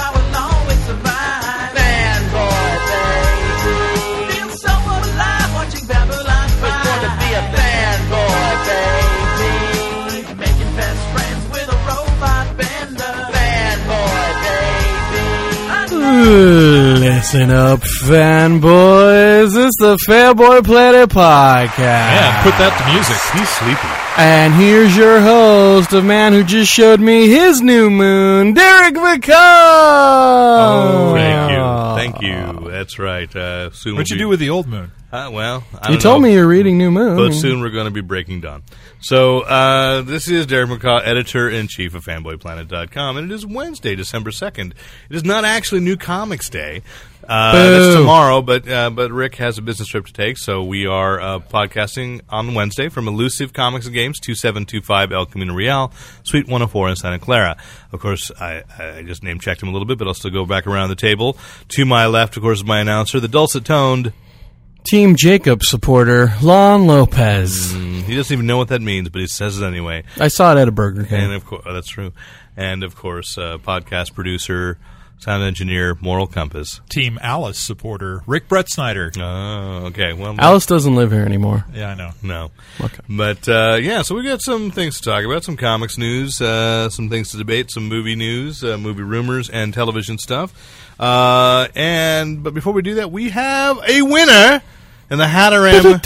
I will always survive. Fanboy, baby. Feel so alive watching Babylon 5. It's going to be a fanboy, baby. Making best friends with a robot bender. Fanboy, baby. Listen up, fanboys. It's the Fanboy Planet Podcast. Yeah, put that to music. He's sleepy. And here's your host, a man who just showed me his new moon, Derek McCall. Oh, Thank you. Thank you. That's right. Uh, soon What'd we'll you be- do with the old moon? Uh, well, I You don't told know, me you're reading New Moon. But soon we're going to be breaking down. So uh, this is Derek McCaw, editor in chief of FanboyPlanet.com, and it is Wednesday, December second. It is not actually New Comics Day. Uh, that's Boo. tomorrow, but uh, but Rick has a business trip to take, so we are uh, podcasting on Wednesday from Elusive Comics and Games, two seven two five El Camino Real, Suite one hundred four in Santa Clara. Of course, I, I just name checked him a little bit, but I'll still go back around the table. To my left, of course, is my announcer, the dulcet toned. Team Jacob supporter, Lon Lopez. He doesn't even know what that means, but he says it anyway. I saw it at a Burger And King. of course, that's true. And of course, uh, podcast producer, sound engineer, moral compass. Team Alice supporter Rick Brett Snyder. Oh, okay. Well, Alice doesn't live here anymore. Yeah, I know. no. Okay. But uh, yeah, so we got some things to talk about, some comics news, uh, some things to debate, some movie news, uh, movie rumors, and television stuff. Uh, and but before we do that, we have a winner in the Hatteram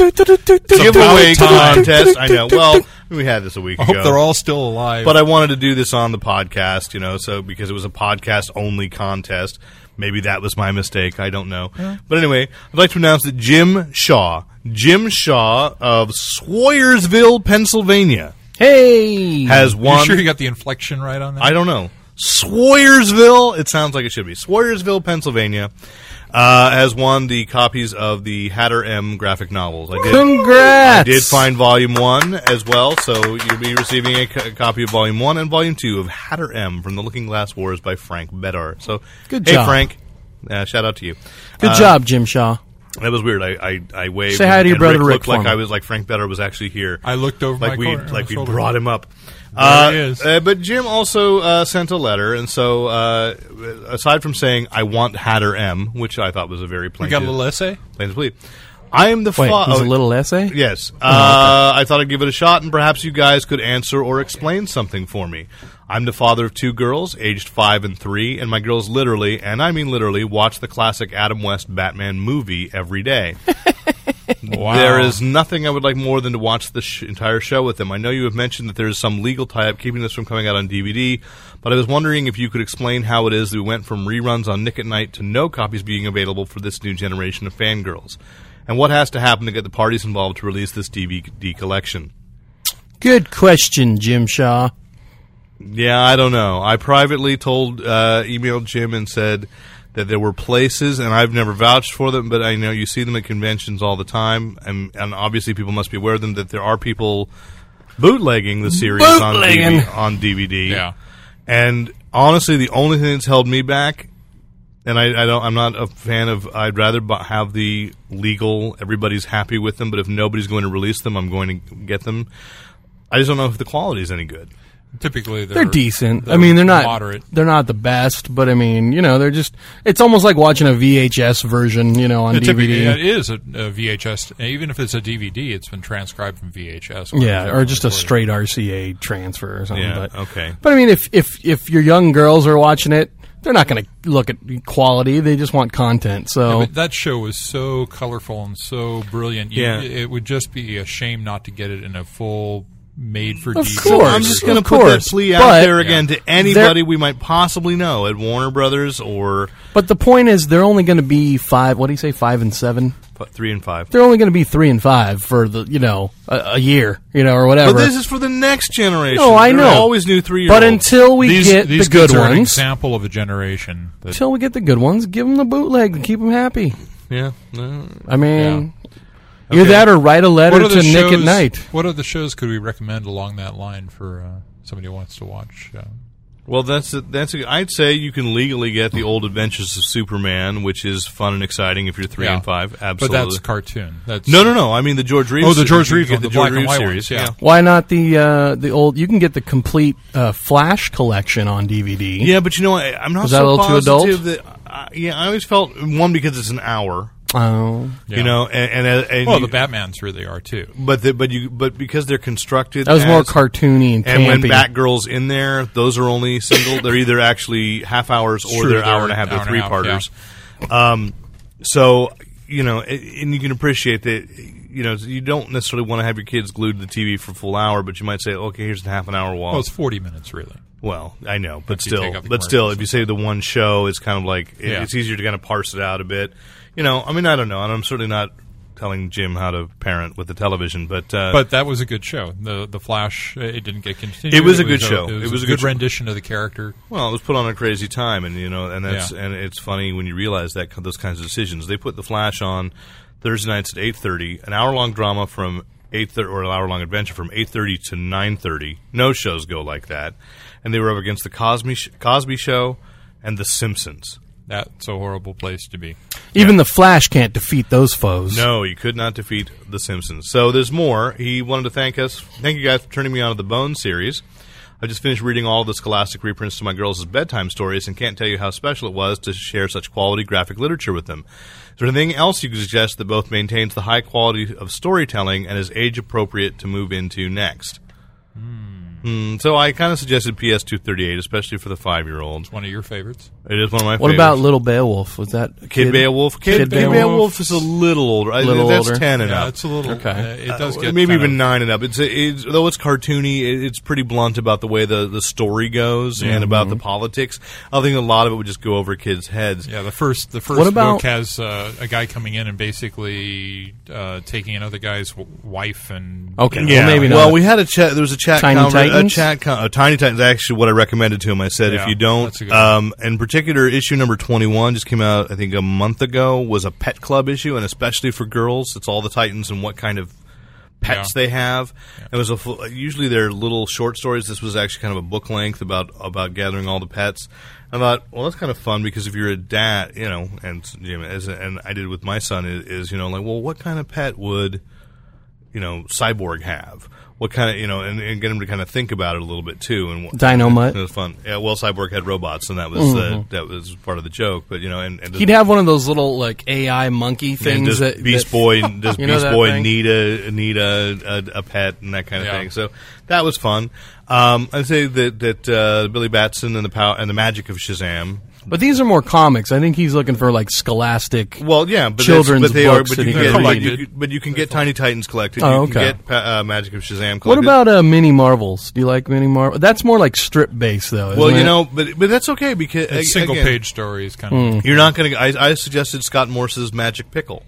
giveaway contest. I know. Well, we had this a week I hope ago. they're all still alive. But I wanted to do this on the podcast, you know, so because it was a podcast only contest. Maybe that was my mistake. I don't know. But anyway, I'd like to announce that Jim Shaw, Jim Shaw of Swoyersville, Pennsylvania, Hey! has you won. sure you got the inflection right on that? I don't know. Swoyersville, it sounds like it should be. Swoyersville, Pennsylvania, uh, has won the copies of the Hatter M graphic novels. I did. Congrats! I did find Volume 1 as well, so you'll be receiving a co- copy of Volume 1 and Volume 2 of Hatter M from The Looking Glass Wars by Frank Bedar. So, Good hey, job. Frank. Uh, shout out to you. Good job, Jim Shaw. That was weird. I, I, I waved. Say hi and- to your and brother Rick looked for like me. I was like Frank Bedar was actually here. I looked over like my we corner- like we shoulder. brought him up. There Uh, he is. uh, but Jim also uh, sent a letter, and so uh, aside from saying I want Hatter M, which I thought was a very We plain got a little essay. plain to believe. I am the Wait, fa- he's oh, a little essay? Yes. Uh, I thought I'd give it a shot, and perhaps you guys could answer or explain something for me. I'm the father of two girls, aged five and three, and my girls literally, and I mean literally, watch the classic Adam West Batman movie every day. Wow. There is nothing I would like more than to watch the sh- entire show with them. I know you have mentioned that there is some legal tie up keeping this from coming out on DVD, but I was wondering if you could explain how it is that we went from reruns on Nick at Night to no copies being available for this new generation of fangirls. And what has to happen to get the parties involved to release this DVD collection? Good question, Jim Shaw. Yeah, I don't know. I privately told, uh, emailed Jim and said that there were places, and I've never vouched for them, but I know you see them at conventions all the time, and, and obviously people must be aware of them that there are people bootlegging the series on Bootlegging. DVD, on DVD. Yeah. And honestly, the only thing that's held me back, and I, I don't, I'm not a fan of. I'd rather bu- have the legal. Everybody's happy with them, but if nobody's going to release them, I'm going to get them. I just don't know if the quality's any good. Typically, they're, They're decent. I mean, they're not moderate. They're not the best, but I mean, you know, they're just. It's almost like watching a VHS version, you know, on Yeah, typically, yeah, DVD. It is a, a VHS. Even if it's a DVD, it's been transcribed from VHS. Yeah, or just a Recorded. straight RCA transfer or something. Yeah, but, okay. But I mean, if if if your young girls are watching it, they're not going to look at quality. They just want content. So But that show was so colorful and so brilliant. You- Yeah. It would just be a shame not to get it in a full made for Of DVD. course. I'm just Of going to put that course, plea out but- there again to anybody There- we might possibly know at Warner Brothers or But the point is, they're only going to be five. What do you say? Five and seven. F- three and five. They're only going to be three and five for the you know a, a year, you know, or whatever. But this is for the next generation. No, I There know. are Always new three year but until we these get these the good kids are an ones, example of a generation that until we get the good ones, give them the bootleg and keep them happy. yeah, no. I mean, Yeah. either Okay. that or write a letter to Nick at shows- Night. What other shows could we recommend along that line for uh, somebody who wants to watch? Uh, Well, that's a, that's. A, I'd say you can legally get the old Adventures of Superman, which is fun and exciting if you're three Yeah. and five. but Absolutely. that's cartoon. That's no, no, no. I mean the George Reeves. Oh, the George you Reeves get one, the the George black and Reeves white series. ones, yeah. Why not the uh, the old? You can get the complete uh, Flash collection on DVD. yeah, but you know, I, I'm not Was that a so little too adult? positive that. I, yeah, I always felt uh, one because it's an hour, Oh. yeah. you know, and and, and Well, you- the Batman's really are too. but the, but you but because they're constructed. That was more as- cartoony and campy. And when Batgirl's in there, those are only single. they're either actually half hours or True, they're they're hour and a half. They're hour and three a half, parters. Um, so you know, a- and you can appreciate that. You know, you don't necessarily want to have your kids glued to the TV for a full hour, but you might say, okay, here's a half an hour Well, wall. it's forty minutes really. Well, I know, but If you take still, out the but still, commercials. if you say the one show, it's kind of like it, Yeah. it's easier to kind of parse it out a bit. You know, I mean, I don't know, and I'm certainly not telling Jim how to parent with the television, but uh, But that was a good show. The the Flash uh, it didn't get continued. It was a good show. It was, a good, show. rendition of the character. Well, it was put on a crazy time, and you know, and that's Yeah. and it's funny when you realize that those kinds of decisions. They put the Flash on Thursday nights at eight thirty, an hour long drama from eight thirty or an hour long adventure from eight thirty to nine thirty. No shows go like that, and they were up against the Cosby Sh- Cosby Show and The Simpsons. That's a horrible place to be. Even the Flash can't defeat those foes. No, you could not defeat The Simpsons. So there's more. He wanted to thank us. Thank you guys for turning me on to the Bone series. I just finished reading all of the Scholastic reprints to my girls' as bedtime stories and can't tell you how special it was to share such quality graphic literature with them. Is there anything else you could suggest that both maintains the high quality of storytelling and is age appropriate to move into next? Hmm, so I kind of suggested PS 238, especially for the five year olds. One of your favorites. It is one of my What favorites. about Little Beowulf? Was that a Kid Beowulf? Kid, Kid Beowulf. Beowulf is a little older. I- Little that's older. 10 and yeah, up. it's a little. Okay. Uh, it does Uh, get maybe kind even of- nine and up. It's, it's though it's cartoony. It, it's pretty blunt about the way the, the story goes and about Mm-hmm. the politics. I think a lot of it would just go over kids' heads. Yeah, the first the first What about- book has uh, a guy coming in and basically uh, taking another guy's w- wife and Okay. Well, maybe not. Well, we had a chat. There was a chat. Tiny conver- Titans? A chat. Con- uh, Tiny Titans. Actually, what I recommended to him, I said, if Yeah, you don't, that's a good um, in particular, issue number twenty-one just came out. I think a month ago was a pet club issue, and especially for girls, it's all the Titans and what kind of pets Yeah. they have. It was a full, usually they're little short stories. This was actually kind of a book length about about gathering all the pets. I thought, well, that's kind of fun because if you're a dad, you know, and you know, as and I did with my son is, is you know like, well, what kind of pet would you know cyborg have? What kind of you know, and, and get him to kind of think about it a little bit too. And what- Dino Mutt? It was fun. Yeah, well, cyborg had robots, and that was uh, that was part of the joke. But you know, and, and Mm-hmm. He'd have one of those little like AI monkey and things does that Beast that- Boy does You know Beast that Boy thing? need a need a, a, a pet and that kind of Yeah. thing. So that was fun. Um, I'd say that that uh, Billy Batson and the power and the magic of Shazam. But these are more comics. I think he's looking for like scholastic. Well, yeah, but that's- Children's but they are, books but that you he can can get, but read. you, but you can get Tiny Titans collected. Oh, you can okay. get pa- uh, Magic of Shazam collected. what about uh, mini Marvels? Do you like mini Marvel? That's more like strip based though. isn't Well, you it? know, but but that's okay because it's a- single again, page stories kind of. You're not going to. I I suggested Scott Morse's Magic Pickle.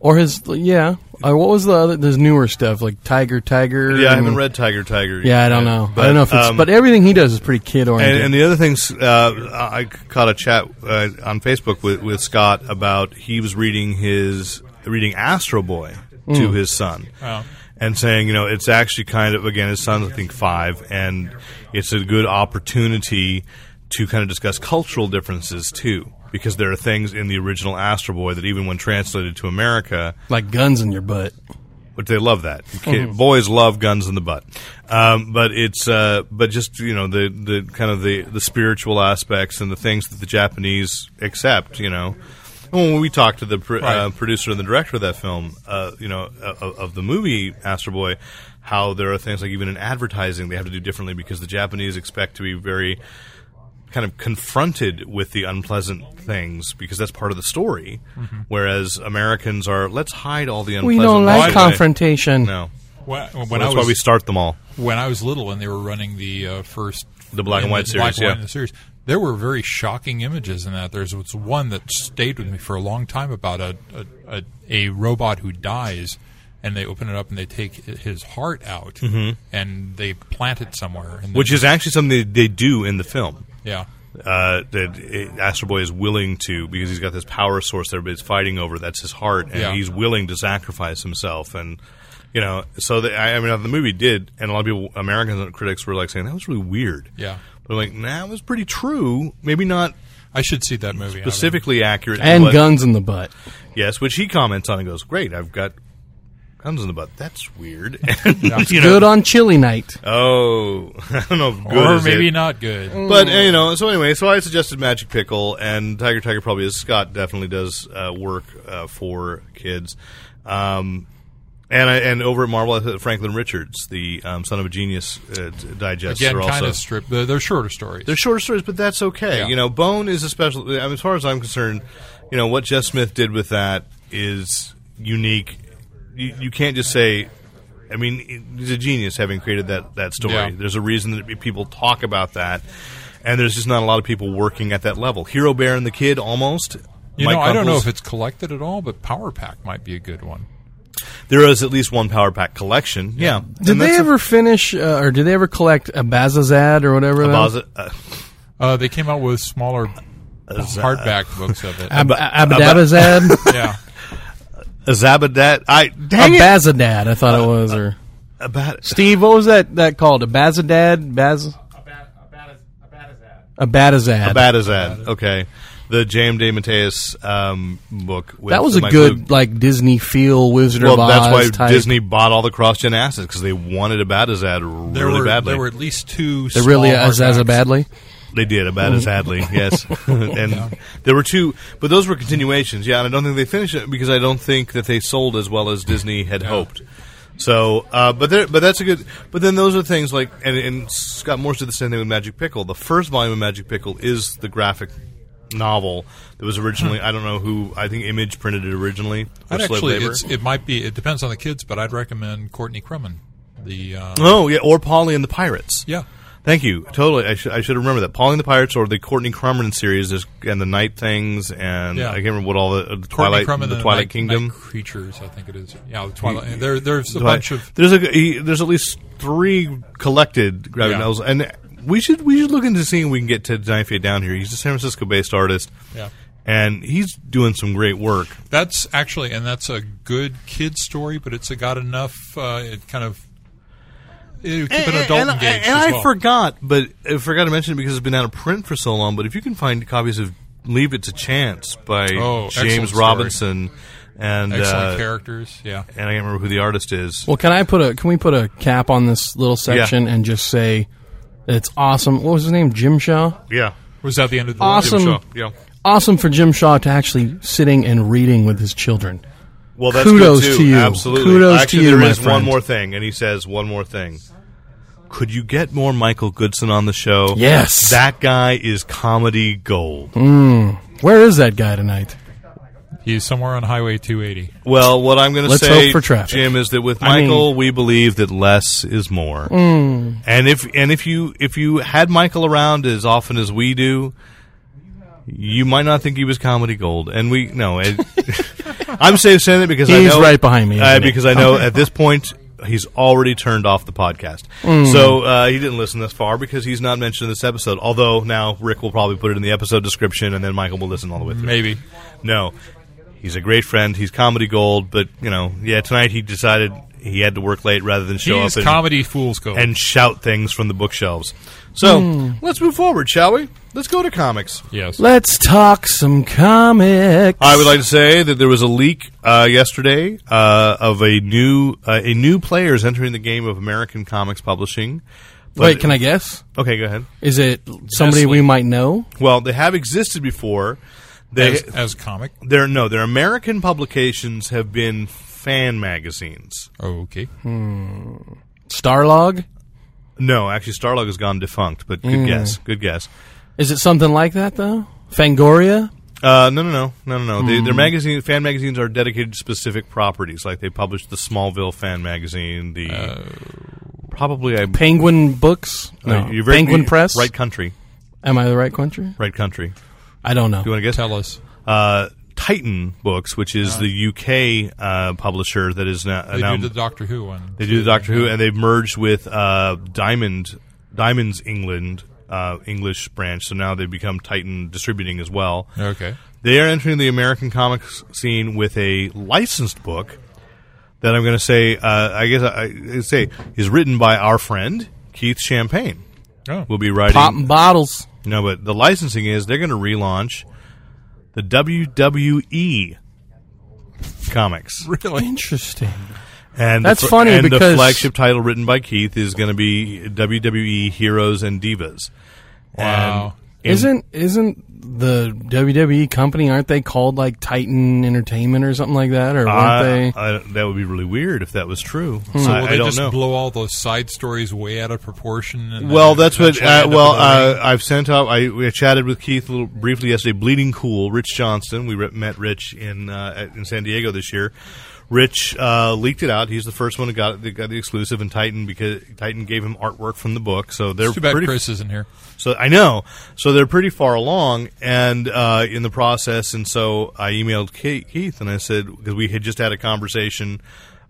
or his yeah. Uh, what was the other his newer stuff like Tiger Tiger? Yeah, I haven't and- read Tiger Tiger. Yeah, I don't yet, know. but, I don't know if it's, um, but everything he does is pretty kid oriented. And, and the other things, uh, I caught a chat uh, on Facebook with, with Scott about he was reading his reading Astro Boy to his son, Oh. and saying, you know, it's actually kind of again his son's I think five, and it's a good opportunity to kind of discuss cultural differences too, because there are things in the original Astro Boy that even when translated to America, like guns in your butt. which they love that. Kid, Mm-hmm. Boys love guns in the butt, um, but it's uh, but just you know the the kind of the the spiritual aspects and the things that the Japanese accept. You know, And when we talked to the pr- uh, Right. producer and the director of that film, uh, you know, of, of the movie Astro Boy. How there are things like even in advertising they have to do differently because the Japanese expect to be very kind of confronted with the unpleasant things because that's part of the story, whereas Americans are let's hide all the Mm-hmm. We unpleasant. don't like things." confrontation. No. When, when Well, I that's was why we start them all. when I was little and they were running the uh, first The black in and white the series, black and white yeah. in the series. There were very shocking images in that. There's was one that stayed with me for a long time about a a, a, a robot who dies, and they open it up and they take his heart out Mm-hmm. and they plant it somewhere. And Which is actually something that they do in the film. yeah, Uh, that it, Astro Boy is willing to because he's got this power source that everybody's fighting over. That's his heart, and Yeah. he's willing to sacrifice himself. And you know, so the, I, I mean, the movie did, and a lot of people, Americans and critics, were like saying that was really weird. yeah. But like, nah, it was pretty true. Maybe not I should see that movie. I would- specifically accurate. And but- guns in the butt. Yes, which he comments on and goes, "Great, I've got guns in the butt. That's weird." And, you know, Good on chili night. oh, I don't know. If good or is maybe it. not good. But uh, you know, so anyway, so I suggested Magic Pickle and Tiger Tiger probably is Scott definitely does uh, work uh, for kids, um, and I, and over at Marvel, I thought Franklin Richards, the um, son of a genius, uh, d- digests Again, are kind also of stripped. They're, they're shorter stories. they're short stories, but that's okay. Yeah. You know, Bone is a special. I mean, as far as I'm concerned, you know what Jeff Smith did with that is unique. You, you can't just say. I mean, he's a genius having created that that story. Yeah. There's a reason that people talk about that, and there's just not a lot of people working at that level. Hero Bear and the Kid, almost. you Mike know, I don't know Kumpels. if it's collected at all, but Power Pack might be a good one. there is at least one Power Pack collection. Yeah. Did And that's they a- ever finish, uh, or did they ever collect a Bazazad or whatever? a that was? Baza- uh, Uh, they came out with smaller hardback books of it. Ab- Ab- Abadabazad? yeah. a Zabadat? I dang it. Abazadad, I thought it was. Or Abat- Steve, what was that, that called? Abazadad? Baz? Abadazad. Abatazad. Okay. The James De Mateus um, book. With That was a Mike good Luke. like Disney feel Wizard Well, of Oz that's why type. Disney bought all the cross-gen assets because they wanted Abatazad really There were badly. there were at least two. They really small as as a hardbacks. badly. They did Abatazadly, yes. and there were two, but those were continuations. Yeah, and I don't think they finished it because I don't think that they sold as well as Disney had hoped. So, uh, but there, but that's a good. But then those are things like, and, and Scott Morse did the same thing with Magic Pickle. The first volume of Magic Pickle is the graphic novel that was originally. I don't know who. I think Image printed it originally. for I'd Slave Hmm. actually, Labor. it's, it might be. It depends on the kids, but I'd recommend Courtney Crumman. The uh, oh yeah, or Polly and the Pirates. yeah, Thank you. Totally, I should I should remember that. Pauling the Pirates or the Courtney Crumman series is, and the Night Things and Yeah. I can't remember what all the, uh, the Courtney Twilight Crumman the and Twilight Night- Kingdom. Night creatures. I think it is. Yeah, the Twilight. There, there's a Twi- bunch of. there's a he- there's at least three collected graphic Yeah. novels, and we should we should look into seeing if we can get Ted Dynafier down here. He's a San Francisco based artist, Yeah. and he's doing some great work. That's actually, and that's a good kid story, but it's got enough. Uh, it kind of it, keep an adult and, engaged. and as I well. forgot, but I forgot to mention it because it's been out of print for so long. But if you can find copies of Leave It to Chance by Oh, excellent James story. Robinson and excellent uh, characters. Yeah, and I can't remember who the artist is. Well, can I put a can we put a cap on this little section and just say it's awesome. What was his name? Jim Shaw. Yeah, was that the end of the Awesome. Shaw. Yeah. Awesome for Jim Shaw to actually sitting and reading with his children. Well, that's Kudos good too. to you. Absolutely. Kudos to Actually, you, there my is one friend. more thing, and he says one more thing. Could you get more Michael Goodson on the show? Yes. That guy is comedy gold. Where is that guy tonight? He's somewhere on Highway 280. Well, what I'm going to Let's say, hope for traffic. Jim, is that with I mean- Mm. Michael, we believe that less is more. And if and if you if you had Michael around as often as we do, you might not think he was comedy gold. And we no, it, I'm safe saying that because He's I know, right behind me, uh, isn't he? because I know at this point. He's already turned off the podcast, Mm. so uh, he didn't listen this far because he's not mentioned in this episode. Although now Rick will probably put it in the episode description, and then Michael will listen all the way through. Maybe. No, he's a great friend. He's comedy gold, but you know, yeah. Tonight he decided he had to work late rather than show He's up and, comedy fools go. and shout things from the bookshelves. So let's move forward, shall we? Let's go to comics. yes. Let's talk some comics. I would like to say that there was a leak uh, yesterday uh, of a new uh, a new player is entering the game of American comics publishing. Wait, can I guess? Okay, go ahead. Is it somebody Nestle. we might know? Well, they have existed before. They as, as comic. they're no, their American publications have been fan magazines. Okay. Starlog? No, actually, Starlog has gone defunct. But good Mm. guess, good guess. Is it something like that though? Fangoria? Uh, no, no, no, no, no, no. They, Mm. their magazine, fan magazines, are Oh. dedicated to specific properties. Like they published the Smallville fan magazine, the probably I. Penguin Books? No. Uh, you've Penguin me- Press? Right country. Am I the right country? Right country. I don't know. You want to guess? Tell us. Uh, Titan Books, which is the UK uh, publisher that is now. They now do the Doctor Who one. they do the Doctor Who, and they've merged with uh, Diamond Diamonds England uh, English branch. So now they've become Titan Distributing as well. Okay. They are entering the American comics scene with a licensed book that I'm going to say, uh, I guess I, I say, is written by our friend Keith Champagne. Oh. We'll be writing. Popping bottles. No, but the licensing is they're going to relaunch the WWE comics, Really? Interesting. and That's the, fl- funny and the because- flagship title written by Keith is going to be WWE Heroes and Divas. Wow. And- Isn't isn't the WWE company? Aren't they called like Titan Entertainment or something like that? Or I- weren't they? I- that would be really weird if that was true. So I, will I they don't just know. blow all those side stories way out of proportion? And Well, then that's what. eventually end Uh, up well, in the ring? uh, I've sent out. I, we chatted with Keith a little briefly yesterday. Bleeding Cool, Rich Johnston. We re- met Rich in uh, at- in San Diego this year. Rich uh, leaked it out. He's the first one who got it, that got the exclusive, and Titan because Titan gave him artwork from the book. So they're It's too bad uh, pretty. Chris isn't here. So I know. So they're pretty far along and uh, in the process. And so I emailed Ke- Keith and I said because we had just had a conversation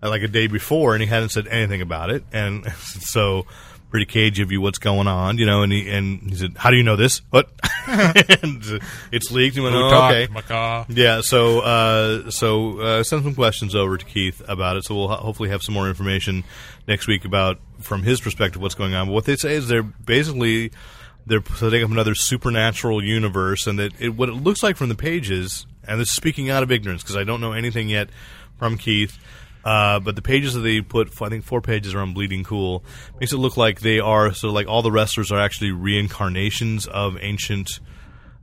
uh, like a day before, and he hadn't said anything about it. And so pretty cagey of you, what's going on? You know. And he and he said, "How do you know this? What?" and uh, it's leaked. And he went, Who "Oh, talked? okay." Macaw. Yeah, so uh, so uh, send some questions over to Keith about it. So we'll ho- hopefully have some more information next week about from his perspective what's going on. But what they say is they're basically they're setting up another supernatural universe, and that it, what it looks like from the pages. And this is speaking out of ignorance because I don't know anything yet from Keith. Uh, but the pages that they put, I think four pages are on Bleeding Cool, makes it look like they are so like all the wrestlers are actually reincarnations of ancient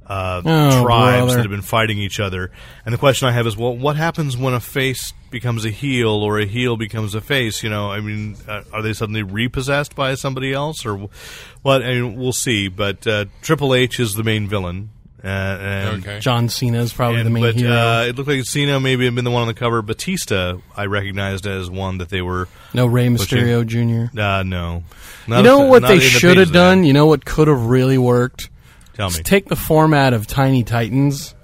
uh, Oh, tribes brother. that have been fighting each other. And the question I have is, well, what happens when a face becomes a heel or a heel becomes a face? You know, I mean, uh, are they suddenly repossessed by somebody else or wh- what? I mean, we'll see. But uh, Triple H is the main villain. Uh, and Okay. John Cena is probably and- the main but hero. Uh, it looked like Cena maybe had been the one on the cover. Batista, I recognized as one that they were. no Rey Mysterio Jr. Uh, no, You know what they should have done? You know what could have really worked? Tell me. Just take the format of Tiny Titans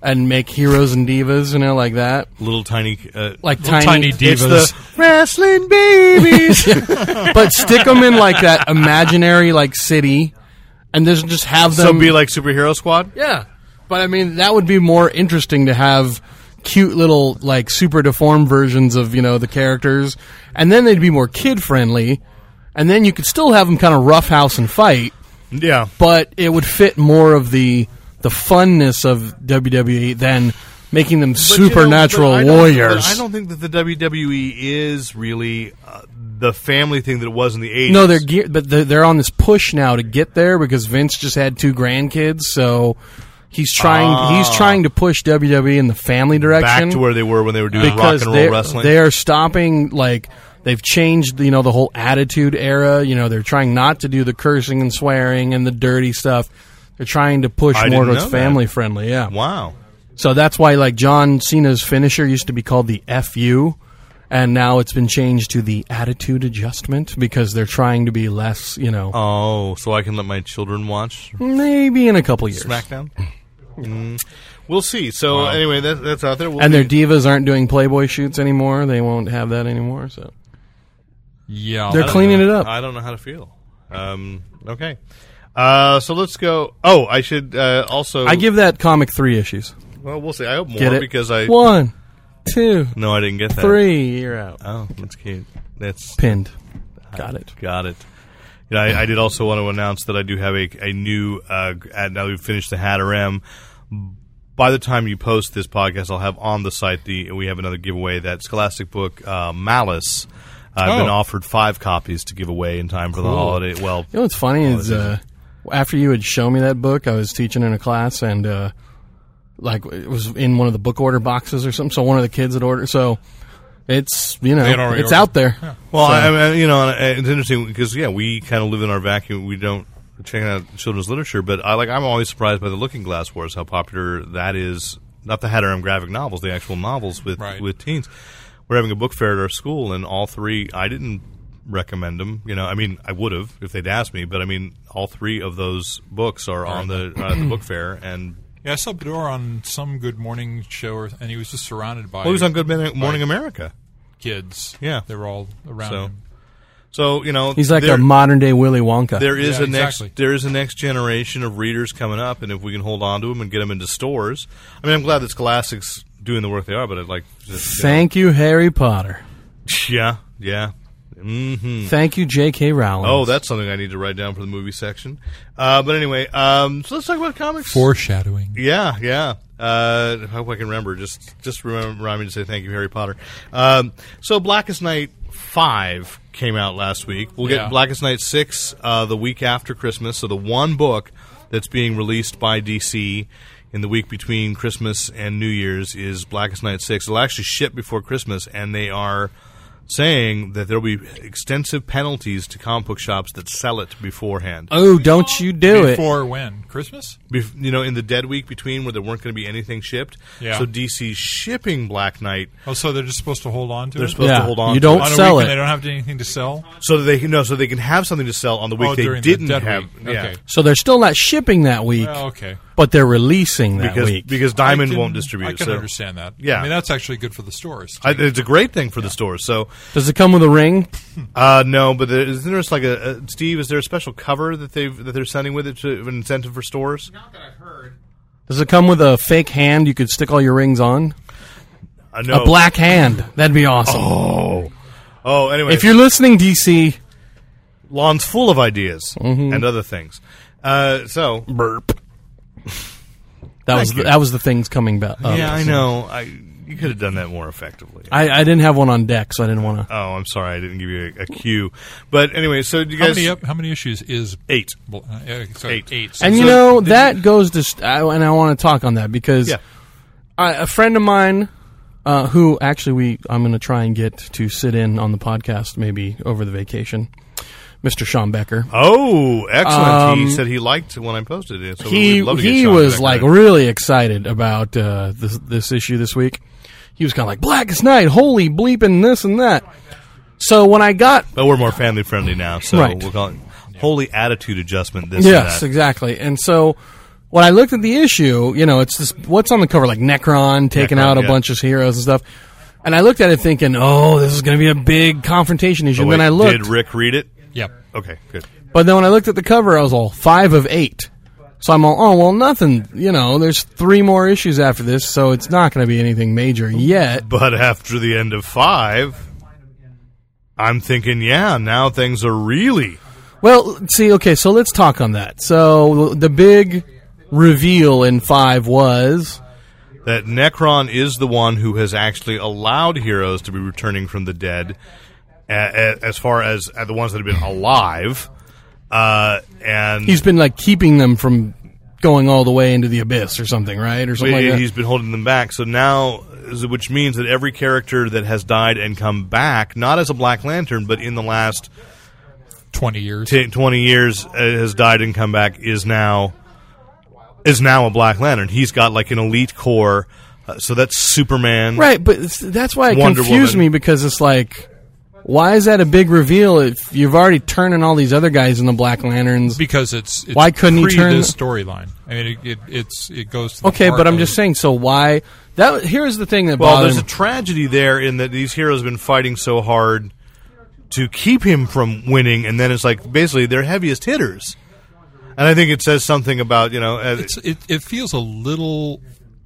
and make heroes and divas, you know, like that. Little tiny, uh, Like Little tiny it's divas. the wrestling babies. but stick them in like that imaginary like city, and just just have them So be like superhero squad. Yeah, but I mean that would be more interesting to have cute little like super deformed versions of you know the characters, and then they'd be more kid friendly, and then you could still have them kind of roughhouse and fight, Yeah, but it would fit more of the the funness of WWE than making them supernatural warriors. I don't think that the WWE is really uh, the family thing that it was in the eighties. No, they're geared, but they're, they're on this push now to get there because Vince just had two grandkids, so he's trying. He's trying to push WWE in the family Ah. back direction to where they were when they were doing rock because and roll they're, wrestling. they are stopping like. They've changed, you know, the whole attitude era. You know, they're trying not to do the cursing and swearing and the dirty stuff. They're trying to push I more didn't towards know that. family friendly. Yeah. wow. So that's why, like, John Cena's finisher used to be called the FU, and now it's been changed to the attitude adjustment because they're trying to be less, you know, Oh, so I can let my children watch maybe in a couple years. SmackDown. Mm. We'll see. So anyway, that, that's out there. We'll And their be- divas aren't doing Playboy shoots anymore. They won't have that anymore. So Yeah. They're that- clean- cleaning it up. I don't know how to feel. Um, okay. Uh, so let's go. Oh, I should uh, also. I give that comic three issues. Well, we'll see. I hope more Get it? because I. one, two, No, I didn't get that. three. You're out. Oh, that's cute. That's Pinned. Got it. Got it. You know, I, I did also want to announce that I do have a, a new uh, g- ad. Now that we've finished the Hatter M. By the time you post this podcast, I'll have on the site the we have another giveaway that Scholastic book uh, Malice. I've been Oh. offered five copies to give away in time for the holiday. Well, You know what's funny Oh, is uh, after you had shown me that book, I was teaching in a class and uh, like it was in one of the book order boxes or something. So one of the kids had ordered. So it's you know They had already it's ordered. out there. well, I, I, you know, and it's interesting because yeah, we kind of live in our vacuum. We don't check out children's literature, but I like I'm always surprised by the Looking Glass Wars how popular that is. Not the Hatter M graphic novels, the actual novels with Right. with teens. We're having a book fair at our school, and all three. I didn't. recommend them. You know, I mean, I would have if they'd asked me, but I mean, all three of those books are on the, uh, the book fair, and Yeah, I saw Bador on some Good Morning show, or, and he was just surrounded by well, he was on Good Morning, Morning America. kids. Yeah. they were all around So, him. so you know, He's like there- a modern day Willy Wonka. There is Yeah, a next exactly. there is a next generation of readers coming up, and if we can hold on to them and get them into stores, I mean, I'm glad that Scholastic's doing the work they are, but I'd like, to, Thank you, Harry Potter. yeah, yeah. hmm Thank you, J.K. Rowling. Oh, that's something I need to write down for the movie section. Uh, but anyway, um, so let's talk about comics. Foreshadowing. Yeah, yeah. Uh, I hope I can remember. Just just remember, remind me to say thank you, Harry Potter. Um, so Blackest Night five came out last week. We'll get Yeah. Blackest Night six uh, the week after Christmas. So the one book that's being released by DC in the week between Christmas and New Year's is Blackest Night six. It'll actually ship before Christmas, and they are. Saying that there will be extensive penalties to comic book shops that sell it beforehand. Oh, don't you do it. Before when Christmas? Bef- you know, in the dead week between where there weren't going to be anything shipped. Yeah. So DC's shipping Black Knight. Oh, so they're just supposed to hold on to They're it. supposed Yeah, to hold on. you to don't it. on a sell weekend it. they don't have anything to sell. So that they can- no, so they can have something to sell on the week oh, they during didn't the dead have. week. Yeah. Okay. So they're still not shipping that week, Well, okay. but they're releasing that Because week. because I Diamond can- won't distribute. I can so understand that. Yeah. I mean that's actually good for the stores. I, it's a great thing for the stores. So Does it come with a ring? uh, no, but there, isn't there just like a, a Steve? Is there a special cover that they have that they're sending with it to an incentive for stores? Does it come with a fake hand you could stick all your rings on? Uh, no. A black hand. That'd be awesome. Oh. Oh, anyway, if you're listening, DC, lawn's full of ideas and other things. Uh, so Mm-hmm. burp. That was Thank the, you. that was the things coming back. yeah, I know. I you could have done that more effectively. I, I didn't have one on deck, so I didn't want to. Oh, I'm sorry, I didn't give you a, a cue. But anyway, so you How guys many, up, how many issues is eight. Bl- uh, uh, sorry, Eight. eight? And you So- know that goes to, st- I, and I want to talk on that because Yeah. I, a friend of mine, uh, who actually we I'm going to try and get to sit in on the podcast maybe over the vacation, Mr. Sean Becker. Oh, excellent. he said he liked when I posted it. So Um, he we'd love to get he Sean was back like on it. really excited about uh, this this issue this week. He was kind of like Blackest Night, holy bleeping this and that. So when I got but we're more family friendly now, so Right. we'll call it holy attitude adjustment. This, Yes, and that. exactly. And so when I looked at the issue, you know, it's this what's on the cover, like Necron taking Necron, out a yeah. bunch of heroes and stuff. And I looked at it thinking, oh, this is going to be a big confrontation issue. Oh, and then wait, I Did looked, Rick read it? Yep. Okay, good. but then when I looked at the cover, I was all five of eight. So I'm all, oh well, nothing. You know, there's three more issues after this, so it's not going to be anything major yet. But after the end of five, I'm thinking, yeah, now things are really. Well, see, okay, so let's talk on that. So the big reveal in five was that Necron is the one who has actually allowed heroes to be returning from the dead, a- a- as far as uh, the ones that have been alive, uh, and he's been like keeping them from going all the way into the abyss or something, right? Or something like that. he's been holding them back. So now, which means that every character that has died and come back, not as a Black Lantern, but in the last Twenty years. 10, 20 years uh, has died and come back is now is now a Black Lantern. He's got like an elite core. Uh, so that's Superman. Right, but it's- that's why it Wonder confused Woman. me because it's like, why is that a big reveal if you've already turning all these other guys into Black Lanterns? because it's, it's Why couldn't he pre turn- this storyline? I mean, it, it, it's it goes. To the Okay, heart but I'm of- just saying. So why? That here's the thing that Well, bothers there's a tragedy there in that these heroes have been fighting so hard to keep him from winning, and then it's like basically their heaviest hitters. And I think it says something about you know, uh, It's, it it feels a little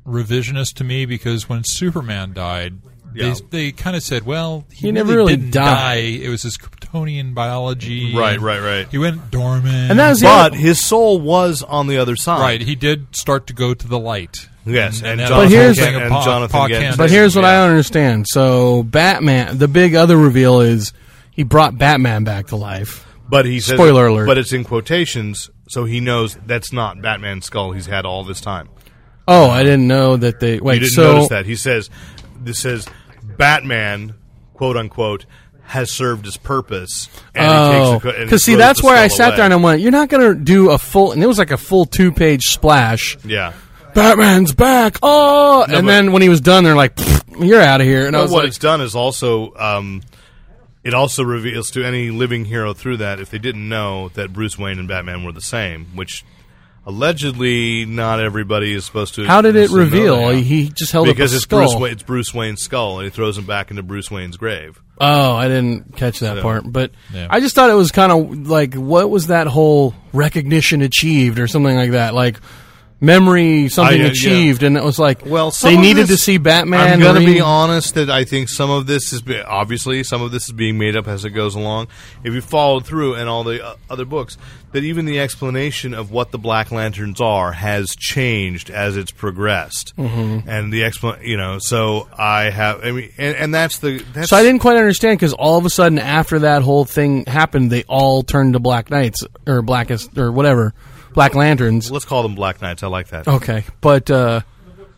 revisionist to me because when Superman died. Yeah. They, they kind of said, "Well, he, He never really didn't died. die. It was his Kryptonian biology. Right, and right, right. He went dormant, and that was the but other, his soul was on the other side. right. He did start to go to the light. Yes, and, that Jonathan, But here's- Kent- Pa- and Jonathan Pa Kent. Kent. But here's what I Yeah. don't understand. So Batman, the big other reveal is he brought Batman back to life. But he says, Spoiler alert. But it's in quotations, so he knows that's not Batman's skull he's had all this time. Oh, I didn't know that they. Wait, You didn't so notice that he says, "This says Batman, quote unquote." Has served his purpose. And he takes the co- and he Oh. because see, throws that's the where I skull sat away. there and I went, "You're not going to do a full," and it was like a full two page splash. Yeah. Batman's back! Oh, No, and but- then when he was done, they're like, "Pfft, "You're out of here." And I But was what like, it's done is also um, It also reveals to any living hero through that, if they didn't know, that Bruce Wayne and Batman were the same, which allegedly not everybody is supposed to. How did it to know reveal? that. He just held because up a it's skull. Bruce, Wa- it's Bruce Wayne's skull, and he throws him back into Bruce Wayne's grave. Oh, I didn't catch that So- part. But Yeah. I just thought it was kind of like what was that whole recognition achieved or something like that, like memory something I, uh, yeah. achieved, and it was like Well, some they of needed to this- see Batman. I'm going to re- be honest that I think some of this is be- obviously some of this is being made up as it goes along. If you followed through and all the uh, other books, that even the explanation of what the Black Lanterns are has changed as it's progressed, mm-hmm. and the explan you know. So I have, I mean, and, and that's the that's So I didn't quite understand because all of a sudden after that whole thing happened, they all turned to Black Knights or Blackest or whatever, Black Lanterns. Let's call them Black Knights. I like that. Okay, but uh,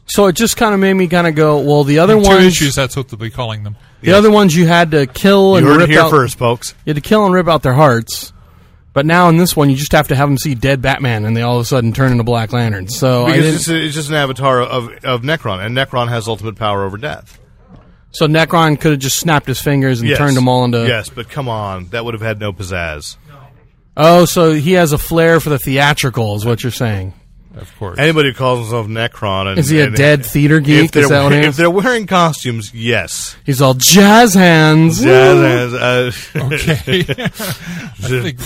so it just kind of made me kind of go, well, the other Two ones, issues. That's what they'll be calling them. the other ones you had to kill you and heard rip it here out, first, folks. You had to kill and rip out their hearts. But now in this one, you just have to have them see dead Batman, and they all of a sudden turn into Black Lanterns. So I Because didn't, it's, it's just an avatar of, of Necron, and Necron has ultimate power over death. so Necron could have just snapped his fingers and Yes. turned them all into. Yes, but come on, that would have had no pizzazz. Oh, so he has a flair for the theatrical, is what you're saying? Of course. Anybody who calls himself Necron and, Is he a and- dead theater If geek? they're, Is that what it if is? they're wearing costumes, yes. He's all jazz hands. Jazz, uh, okay. I think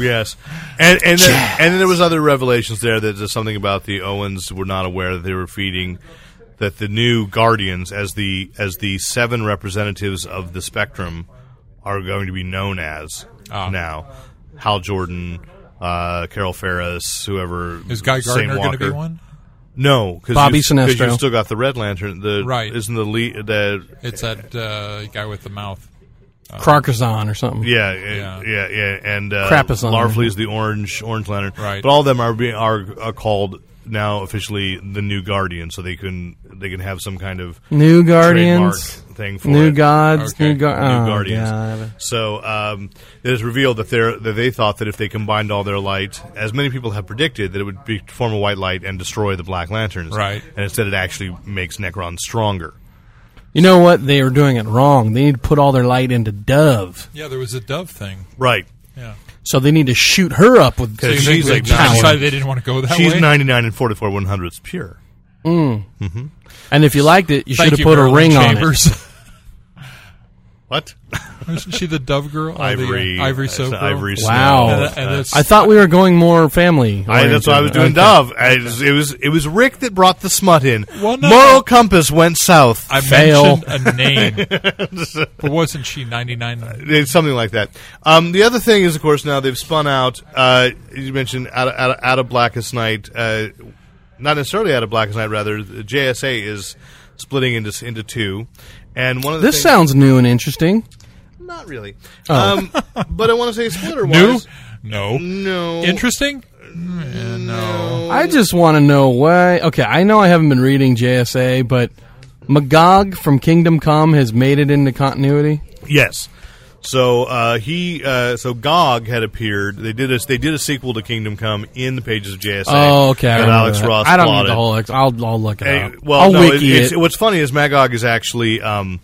yes, and and then, and then there was other revelations there that there's something about the Owens were not aware that they were feeding that the new Guardians as the as the seven representatives of the spectrum are going to be known as Ah. now Hal Jordan, uh, Carol Ferris, whoever is Guy Sam Gardner going to be Walker. one? No, because Bobby you, 'cause Sinestro. you've still got the Red Lantern. The Right. isn't the lead the It's that uh, guy with the mouth. Crocozon or something. yeah, yeah, Yeah. yeah, yeah, and uh, Crap is on Larfleeze is the orange orange lantern. Right. But all of them are being are, are called now officially the new Guardian, so they can they can have some kind of New Guardians. trademark thing for New it. gods, Okay. new, Guar- New oh, Guardians. God. So um, it is revealed that they that they thought that if they combined all their light, as many people have predicted, that it would be, form a white light and destroy the Black Lanterns. Right. And instead, it actually makes Necron stronger. You know what? They are doing it wrong. They need to put all their light into Dove. Yeah, there was a dove thing. Right. Yeah. So they need to shoot her up with. So you she's think they like just nine- decided they didn't want to go that She's way. 99 and 44 one hundredths pure. And if you liked it, you should Thank have you, put a Marilyn ring Chambers. What? Isn't she the Dove girl? Or the, uh, Ivory. Ivory it's soap. not girl? Ivory uh, Snow. Wow. And, That's- that- and that's, on it. Oh, I thought we were going more family. I, that's why I was doing oriented. Dove. I, it, was, it was it was Rick that brought the smut in. Well, no. Moral compass went south. I Fail. mentioned a name, but wasn't she ninety nine? It's something like that. Um, the other thing is, of course, now they've spun out. Uh, you mentioned out of, out of, out of Blackest Night, uh, not necessarily out of Blackest Night. Rather, the JSA is splitting into into two. And one of the This things- sounds new and interesting. not really, um, but I want to say splitter Oh. New? wise. No. No, Uh, Interesting? Mm, yeah, no. I just want to know why. Okay, I know I haven't been reading JSA, but Magog from Kingdom Come has made it into continuity. Yes. So uh, he, uh, so Gog had appeared. They did a they did a sequel to Kingdom Come in the pages of JSA. Oh, okay. I That remember Alex that. Ross. I don't need plotted. the whole. Ex- I'll, I'll look it Hey, up. well, I'll no, it- wiki it's- it. what's funny is Magog is actually um,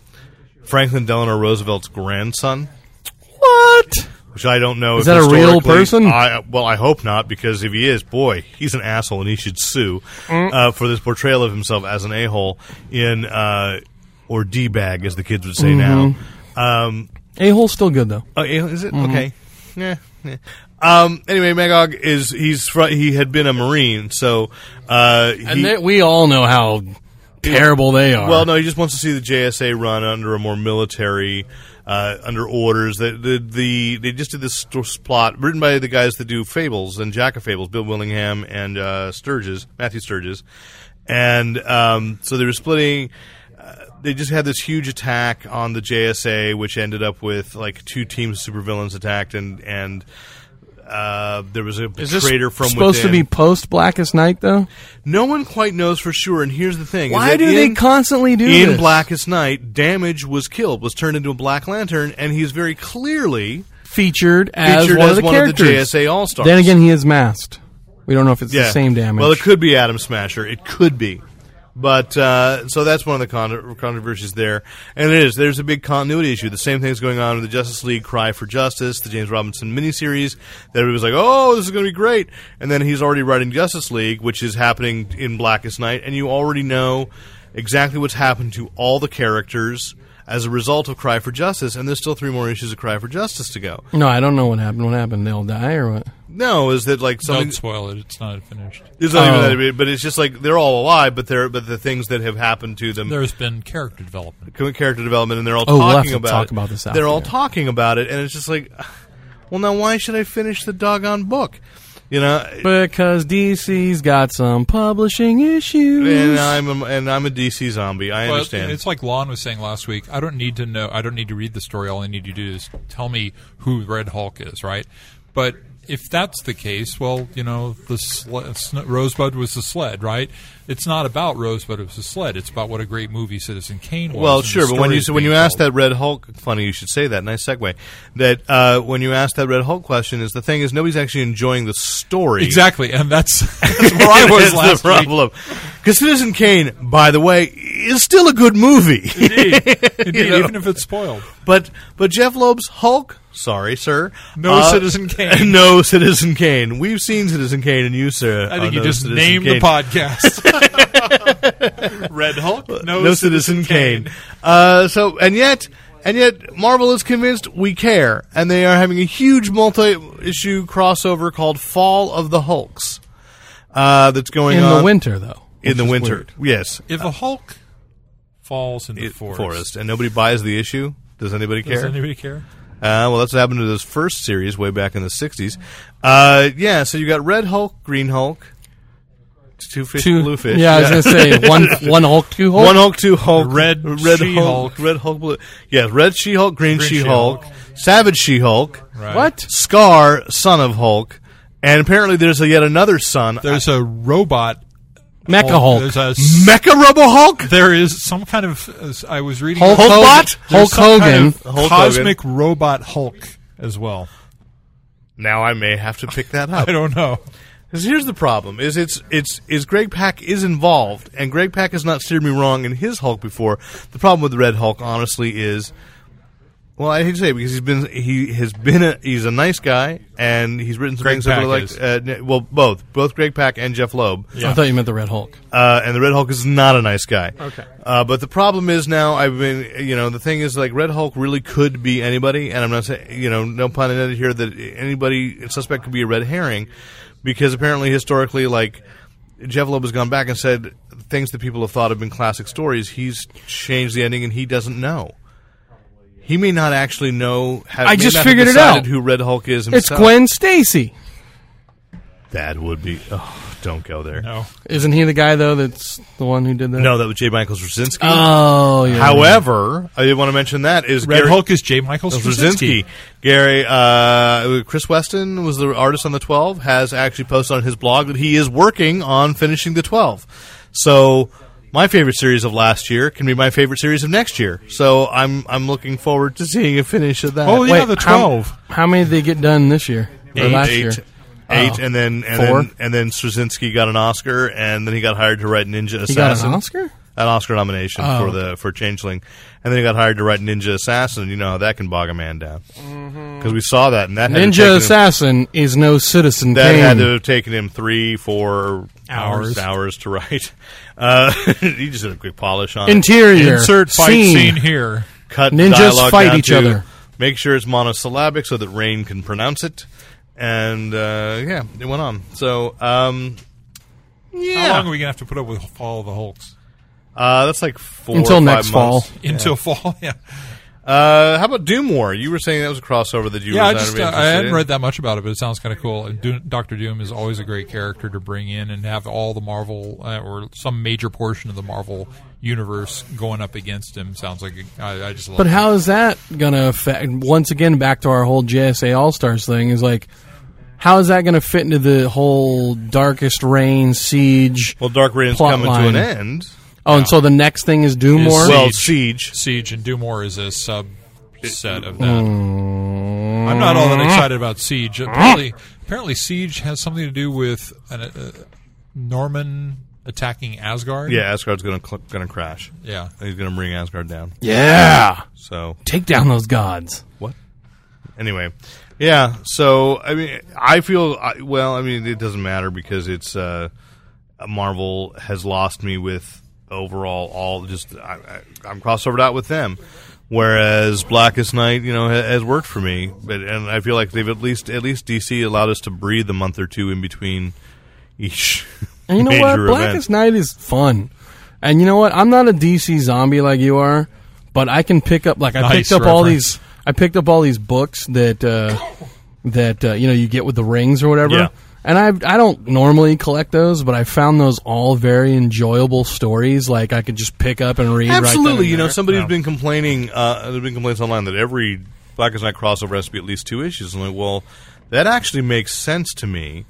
Franklin Delano Roosevelt's grandson, What? which I don't know. Is if that a real historically- person? I, well, I hope not, because if he is, boy, he's an asshole, and he should sue Mm. uh, for this portrayal of himself as an a hole in uh, or d bag, as the kids would say Mm-hmm. now. Um, A hole's still good though. Oh, yeah, is it okay? Yeah. yeah. Um. Anyway, Magog is he's fr- he had been a marine, so uh, he, And they, we all know how terrible they are. well, no, he just wants to see the JSA run under a more military, uh, under orders. That the, the they just did this st- plot written by the guys that do Fables and Jack of Fables, Bill Willingham and uh, Sturges, Matthew Sturges, and um, so they were splitting. uh, They just had this huge attack on the JSA, which ended up with like two teams of supervillains attacked, and and uh, there was a is this traitor from supposed within. to be post Blackest Night though? No one quite knows for sure. And here's the thing: is Why that do they in- constantly do in this? Blackest Night, Damage was killed, was turned into a Black Lantern, and he's very clearly featured as featured one as of the one of the characters. JSA All Stars. Then again, he is masked. We don't know if it's the same damage. Well, it could be Adam Smasher. It could be. But uh, so that's one of the con- controversies there, and it is there's a big continuity issue. The same thing's going on with the Justice League Cry for Justice, the James Robinson miniseries. That everybody's like, oh, this is going to be great, and then he's already writing Justice League, which is happening in Blackest Night, and you already know exactly what's happened to all the characters as a result of Cry for Justice, and there's still three more issues of Cry for Justice to go. No, I don't know what happened. What happened? They all die or what? No, is that like something? Don't spoil it. It's not finished. It's not Oh. even that, but it's just like they're all alive, but they're but the things that have happened to them. There's been character development. co- character development, and they're all Oh, we'll have talking to about talk it. about this after, they're all yeah. talking about it, and it's just like, well, now why should I finish the doggone book? You know, Because DC's got some publishing and issues. I'm a, and I'm a DC zombie. I Well, understand. it's like Lon was saying last week. I don't need to know. I don't need to read the story. All I need to do is tell me who Red Hulk is, right? But if that's the case, well, you know, the sle- sn- Rosebud was the sled, right? It's not about Rosebud; it was the sled. It's about what a great movie Citizen Kane was. well, and the sure, but when you stories when you being ask told. that Red Hulk, funny you should say that. Nice segue. That uh, when you ask that Red Hulk question, is the thing is nobody's actually enjoying the story. exactly, and that's, that's where I was That's last the problem. Because Citizen Kane, by the way, is still a good movie. week. Indeed, Indeed, You know. even if it's spoiled. But but Jeff Loeb's Hulk. Sorry, sir. Uh, No Citizen Kane. No Citizen Kane. We've seen Citizen Kane, and you, sir. I are think you Oh, no just Citizen named Kane. the podcast. Red Hulk, No, Citizen, Kane. Uh, so and yet and yet Marvel is convinced we care, and they are having a huge multi-issue crossover called Fall of the Hulks. Uh, that's going in on the winter, though. In which the is winter, weird. yes, If a Hulk falls in the it- forest, and nobody buys the issue. Does anybody care? does anybody care? Uh, well, that's what happened to this first series way back in the '60s. Uh, yeah, so you got Red Hulk, Green Hulk, two fish, Two, blue fish. Yeah, I was gonna say one, one Hulk, two Hulk. one Hulk, two Hulk, Red Red Hulk, She-Hulk. Red Hulk, blue. Yeah, Red She Hulk, Green, Green She Hulk, She-Hulk. Savage She Hulk, Right. What? Scar, Son of Hulk, and apparently there's a yet another son, There's a robot Mecha Hulk. There's a s- Mecha Robo Hulk. there is some kind of. as I was reading. Hulk, there's Hogan. Hulk some Hogan. kind of Hulk cosmic robot Hulk as well. Now I may have to pick Oh. that up. I don't know. Because here's the problem: is it's it's is Greg Pack is involved, and Greg Pack has not steered me wrong in his Hulk before. The problem with the Red Hulk, honestly, is well, I hate to say it because he's been he has been a, he's a nice guy, and he's written some Greg things that were Pak like is. uh, n- well, both both Greg Pack and Jeff Loeb, I thought you meant the Red Hulk. uh, and the Red Hulk is not a nice guy. Okay. uh, but the problem is now I've been you know the thing is like Red Hulk really could be anybody, and I'm not saying you know no pun intended here that anybody suspect could be a red herring because apparently historically like Jeff Loeb has gone back and said things that people have thought have been classic stories. He's changed the ending, and he doesn't know. He may not actually know. Have, I may just not have figured it decided out. Who Red Hulk is? Himself. It's Gwen Stacy. That would be. Oh, don't go there. No, No, Isn't he the guy though? That's the one who did that. that was J. Michael Straczynski. Oh, yeah. However, I did want to mention that is Red Gary Hulk is J. Michael Oh, Straczynski. Straczynski. Gary uh, Chris Weston was the artist on the 12 has actually posted on his blog that he is working on finishing the 12. So my favorite series of last year can be my favorite series of next year. So I'm I'm looking forward to seeing a finish of that. Oh yeah, Wait, the how- twelve. How many did they get done this year or Eight. last Eight. year? Eight, Oh. and then and Four. then and then Straczynski got an Oscar, and then he got hired to write Ninja He got Assassin. an Oscar. an Oscar nomination Oh. for the for Changeling, and then he got hired to write Ninja Assassin. You know how that can bog a man down because we saw that, and that had to Ninja have taken him- Assassin is no Citizen that Kane. had to have taken him three, four Hours. hours to write. Uh, he just did a quick polish on it. Interior Insert fight scene. scene here. Cut Ninjas dialogue fight down each to other. Make sure it's monosyllabic so that Rain can pronounce it. And uh, yeah, it went on. So um, yeah, How long are we gonna have to put up with Fall of the Hulks uh, that's like four Until or five next fall. months. until fall? Yeah, Uh, how about Doom War? You were saying that was a crossover that you yeah. were I not just really uh, I interested hadn't in. read that much about it, but it sounds kind of cool. And Do- Doctor Doom is always a great character to bring in and have all the Marvel uh, or some major portion of the Marvel universe going up against him. Sounds like a- I, I just love. But it. how is that going to affect? Once again, back to our whole JSA All Stars thing is like, how is that going to fit into the whole Darkest Reign siege? Well, Dark Radiant's plot coming line. to an end. Oh, and so the next thing is Doom Is- War. Well, Siege. Siege and Do More is a subset of that. Mm. I'm not all that excited about Siege. Apparently, apparently Siege has something to do with an, uh, Norman attacking Asgard. Yeah, Asgard's going to cl- going to crash. yeah. He's going to bring Asgard down. Yeah. So Take down those gods. what? Anyway, yeah. So I mean, I feel I, well. I mean, it doesn't matter because it's uh, Marvel has lost me with overall all just I, I, I'm crossovered out with them. Whereas Blackest Night, you know, ha- has worked for me, but and I feel like they've at least at least DC allowed us to breathe a month or two in between each. And you know major what? Event. Blackest Night is fun. And you know what? I'm not a DC zombie like you are, but I can pick up like I Nice picked up all reference. these I picked up all these books that uh, that uh, you know you get with the rings or whatever. Yeah. And I I don't normally collect those, but I found those all very enjoyable stories. Like I could just pick up and read. right then Absolutely, and you know, there. somebody's been complaining. Uh, there's been complaints online that every Blackest Night crossover has to be at least two issues. I'm like, well, that actually makes sense to me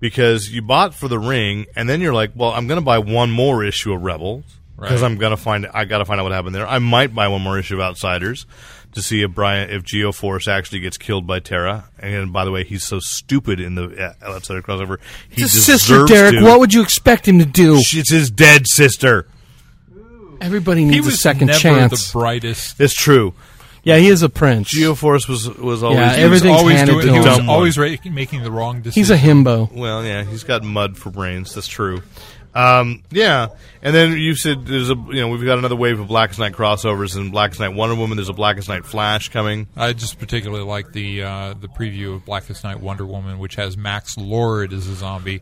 because you bought for the ring, and then you're like, well, I'm going to buy one more issue of Rebels because Right. I'm going to find I got to find out what happened there. I might buy one more issue of Outsiders to see if Brian if Geo Force actually gets killed by Terra. And by the way, he's so stupid in the uh, Outsider crossover. He It's his sister deserves Derek. to. What would you expect him to do? it's his dead sister. Everybody He needs a was second never chance. the brightest. It's true. yeah, he is a prince. Geoforce was was always Yeah, he was He everything's was always handed doing. to He him. was Dumb one. always ra- making the wrong decision. He's a himbo. Well, yeah, he's got mud for brains. That's true. Um, yeah, and then you said there's a you know we've got another wave of Blackest Night crossovers and Blackest Night Wonder Woman. There's a Blackest Night Flash coming. I just particularly like the uh, the preview of Blackest Night Wonder Woman, which has Max Lord as a zombie,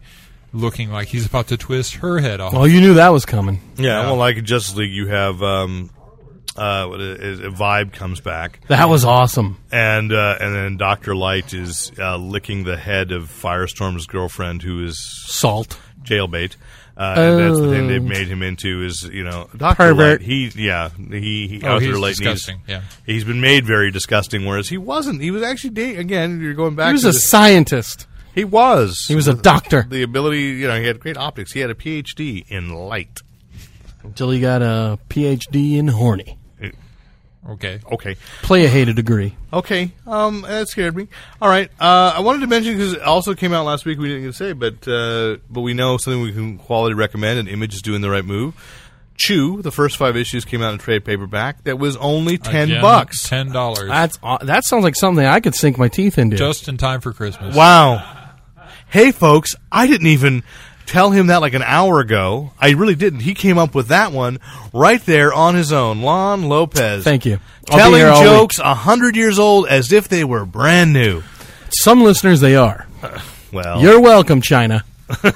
looking like he's about to twist her head off. Well, Oh, you knew that was coming. Yeah, well, like in Justice League, you have um, uh, what is, a vibe comes back, That was awesome. and uh, and then Doctor Light is uh, licking the head of Firestorm's girlfriend, who is Salt. jailbait. Uh, and that's the thing Oh. they've made him into is you know Doctor Pervert. Light. He yeah he, he Oh, Arthur he's Light needs- disgusting, yeah. he's been made very disgusting. Whereas he wasn't. He was actually da- again. You're going back. He was to a the- scientist. he was He was a doctor the ability. You know he had great optics. He had a PhD in light. until he got a PhD in horny. Okay. Okay. Play a hate a degree. Okay, um, that scared me. All right, uh, I wanted to mention because it also came out last week. We didn't get to say, but uh, but we know something we can quality recommend, and Image is doing the right move. Chew, the first five issues came out in trade paperback. That was only ten Again, bucks. ten dollars, That's aw- that sounds like something I could sink my teeth into. just in time for Christmas. Wow. Hey, folks, I didn't even tell him that like an hour ago. I really didn't. He came up with that one right there on his own. Lon Lopez. Thank you. I'll be Telling here all week. jokes a hundred years old as if they were brand new. Some listeners they are. Well, You're welcome, China.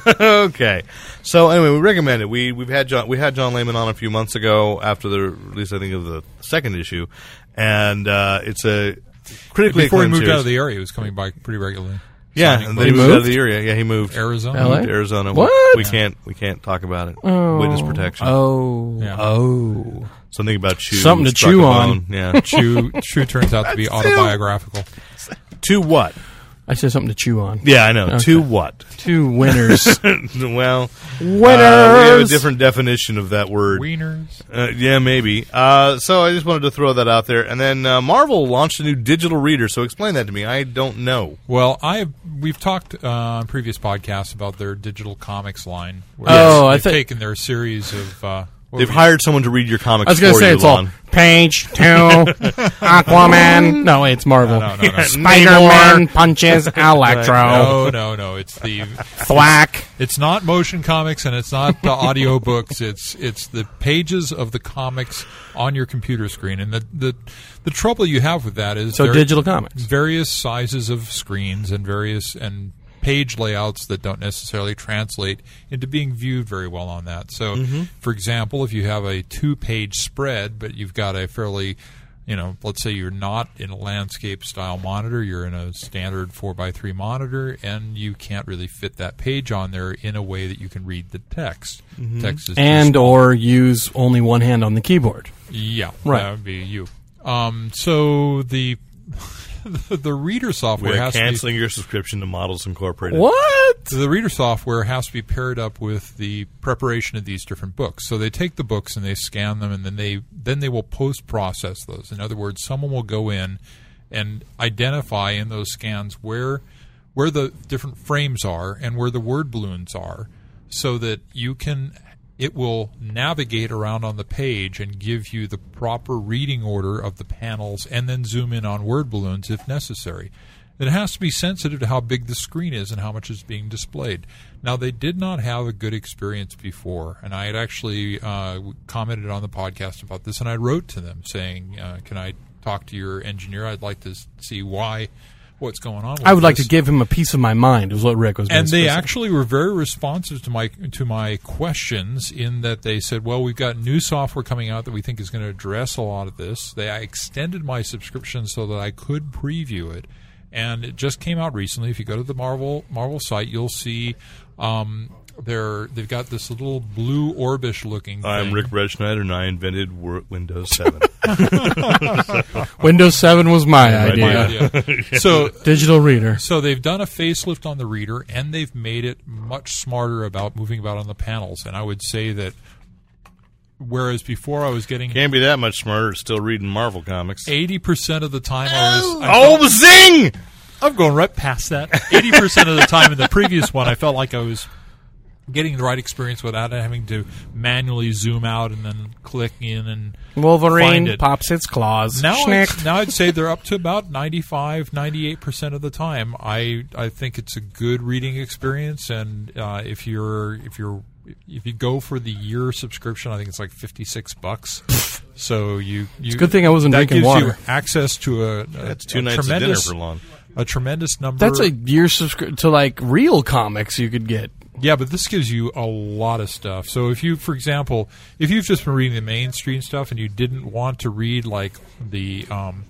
okay. So anyway, we recommend it. We we've had John we had John Lehman on a few months ago after the release, I think, of the second issue, and uh, it's a critically Before he acclaimed moved series. out of the area, he was coming by pretty regularly. yeah, Signing and then books. he He moved out of moved? the area. Yeah, he moved Arizona. LA? Arizona. What? We can't we can't talk about it. Witness protection. Oh, Yeah. oh. Something about chew. Something to struck chew a on. bone. Yeah. Chew, Chew turns out to be autobiographical. to what? I said something to chew on. Yeah, I know. To what? Two winners. well, winners. uh, we have a different definition of that word. Wieners. Uh, yeah, maybe. Uh, so I just wanted to throw that out there. And then uh, Marvel launched a new digital reader. So explain that to me. I don't know. Well, I have, we've talked uh, on previous podcasts about their digital comics line. Where Oh, they've I they've thi- taken their series of. Uh, what They've were hired someone to read your comics. I was going to for say you, it's all Lon. page two, Aquaman. No, wait, it's Marvel. No, no, no. Spider-Man punches Electro. No, no, no. It's the Thwack. it's not motion comics and it's not the audio books. It's it's the pages of the comics on your computer screen. And the the, the trouble you have with that is So there- digital comics. various sizes of screens and various and page layouts that don't necessarily translate into being viewed very well on that. So, for example, if you have a two-page spread, but you've got a fairly you know, let's say you're not in a landscape style monitor, you're in a standard 4x3 monitor, and you can't really fit that page on there in a way that you can read the text. Text is too and or use only one hand on the keyboard. yeah, Right. That would be you. Um, so the the reader software We're has to be- canceling your subscription to Models Incorporated. What? the reader software has to be paired up with the preparation of these different books. So they take the books and they scan them, and then they then they will post process those. In other words, someone will go in and identify in those scans where where the different frames are and where the word balloons are, so that you can it will navigate around on the page and give you the proper reading order of the panels and then zoom in on word balloons if necessary. It has to be sensitive to how big the screen is and how much is being displayed. Now, they did not have a good experience before, and I had actually uh, commented on the podcast about this, and I wrote to them saying, uh, "Can I talk to your engineer? I'd like to s- see why, what's going on." With I would like to this." give him a piece of my mind. Is what Rick was. and they basically saying. actually were very responsive to my to my questions in that they said, "Well, we've got new software coming out that we think is going to address a lot of this." They I extended my subscription so that I could preview it, and it just came out recently. If you go to the Marvel Marvel site, you'll see. Um, they're, they've got this little blue orbish looking thing. I'm Rick Redschneider, and I invented Wor- Windows 7. Windows Seven was my idea. My idea. so Digital reader. So they've done a facelift on the reader and they've made it much smarter about moving about on the panels. And I would say that whereas before I was getting Can't be that much smarter. Still reading Marvel comics. eighty percent of the time I was I Oh, zing! I'm going right past that. Eighty percent of the time in the previous one I felt like I was getting the right experience without having to manually zoom out and then click in and find Wolverine it. pops its claws. now Schnick. I'd, now I'd say they're up to about 95 98% of the time I I think it's a good reading experience and uh, if you're if you're if you go for the year subscription I think it's like 56 bucks so you, you it's a good thing I wasn't that drinking gives you water. access to a, a That's two a nights of dinner tremendous, for long. a tremendous number That's a year subscription to like real comics you could get. yeah, but this gives you a lot of stuff. So if you, for example, if you've just been reading the mainstream stuff and you didn't want to read like the um,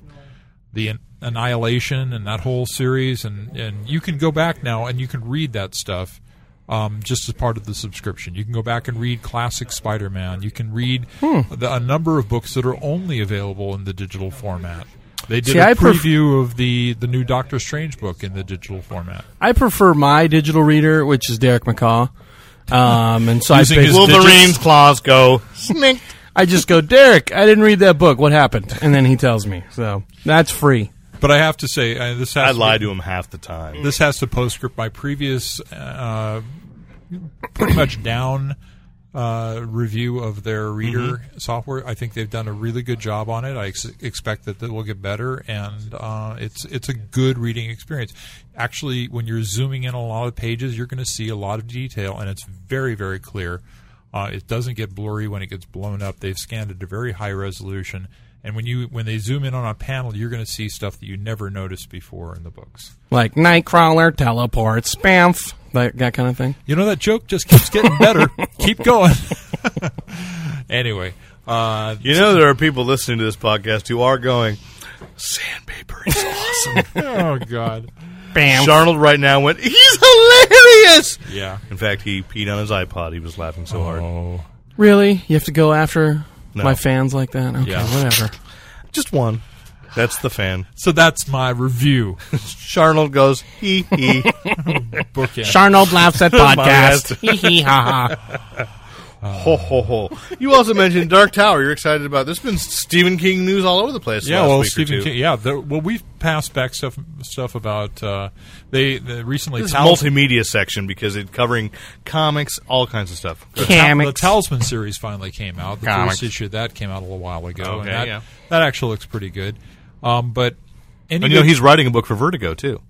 the An- Annihilation and that whole series, and and you can go back now and you can read that stuff. Um, just as part of the subscription, you can go back and read classic Spider-Man. You can read Hmm. the, a number of books that are only available in the digital format. They did See, a I pref- preview of the the new Doctor Strange book in the digital format. I prefer my digital reader, which is Derek McCaw. Um, and so I, Using his basi- digits. Wolverine's claws go. Snink. I just go, Derek, I didn't read that book. What happened? And then he tells me. So that's free. But I have to say, uh, this has I to be- lie to him half the time. this has to postscript my previous uh, pretty much down uh, review of their reader software. I think they've done a really good job on it. I ex- expect that it will get better, and uh, it's it's a good reading experience. Actually, when you're zooming in on a lot of pages, you're going to see a lot of detail, and it's very very clear. Uh, it doesn't get blurry when it gets blown up. They've scanned it to very high resolution. And when you when they zoom in on a panel, you're going to see stuff that you never noticed before in the books. Like Nightcrawler, teleports, spamf, that, that kind of thing. You know that joke just keeps getting better. Keep going. anyway, uh, You know there are people listening to this podcast who are going, sandpaper is awesome. oh god, Bam. Darnold right now went, he's hilarious! yeah. In fact, he peed on his iPod. He was laughing so hard. Oh, Really? You have to go after No. my fans like that? Okay, Yeah. whatever. Just one. That's the fan. so that's my review. Charnold goes, hee hee. Book it. Charnold laughs at podcast. podcast. Hee hee ha ha. ho ho ho. You also mentioned Dark Tower. You're excited about. There's been Stephen King news all over the place. yeah, last well, week or Stephen two. King. Yeah, the, well, we've passed back stuff stuff about uh, they, they recently This is Talisman- multimedia section because it's covering comics, all kinds of stuff. the Talisman series finally came out. The Comics. first issue of that came out a little while ago, and Okay, that, yeah. that actually looks pretty good. Um, but And any you know good- he's writing a book for Vertigo too,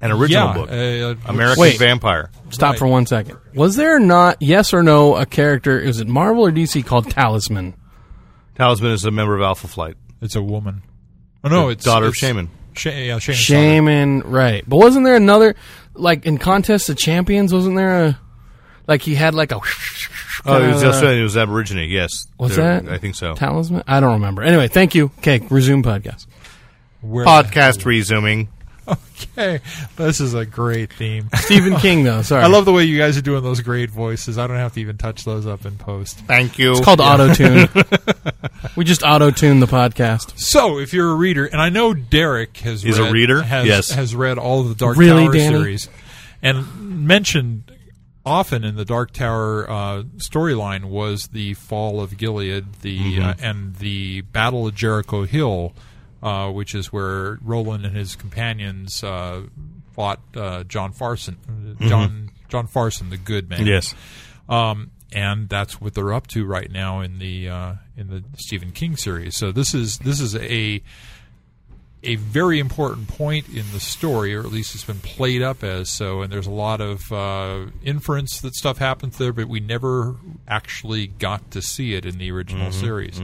an original yeah, book, uh, American Wait. Vampire. Stop Right. for one second. Was there not, yes or no, a character, is it Marvel or DC, called Talisman? Talisman is a member of Alpha Flight. It's a woman. Oh no, The it's daughter of it's- Shaman. Sha- yeah, Shaman's daughter. Shaman, right. But wasn't there another, like in Contest of Champions, wasn't there a, like he had like a. Oh, it was kinda- Australian. It was Aborigine. Yes, Uh, Was They're- that? I think so. Talisman? I don't remember. Anyway, thank you. Okay, resume podcast. Where Podcast resuming. Hey, this is a great theme. Stephen King, though, sorry. I love the way you guys are doing those great voices. I don't have to even touch those up in post. Thank you. It's called auto tune. we just auto tune the podcast. So, if you're a reader, and I know Derek has He's a read, reader? has, Yes. has read all of the Dark Really, Tower Danny? series, and mentioned often in the Dark Tower uh, storyline was the fall of Gilead, the Mm-hmm. uh, and the Battle of Jericho Hill, uh, which is where Mm-hmm. Roland and his companions uh, fought uh, John Farson, John. John Farson, the good man. Yes. Um, and that's what they're up to right now in the uh, in the Stephen King series. So this is this is a a very important point in the story, or at least it's been played up as so. And there's a lot of uh, inference that stuff happens there, but we never actually got to see it in the original series.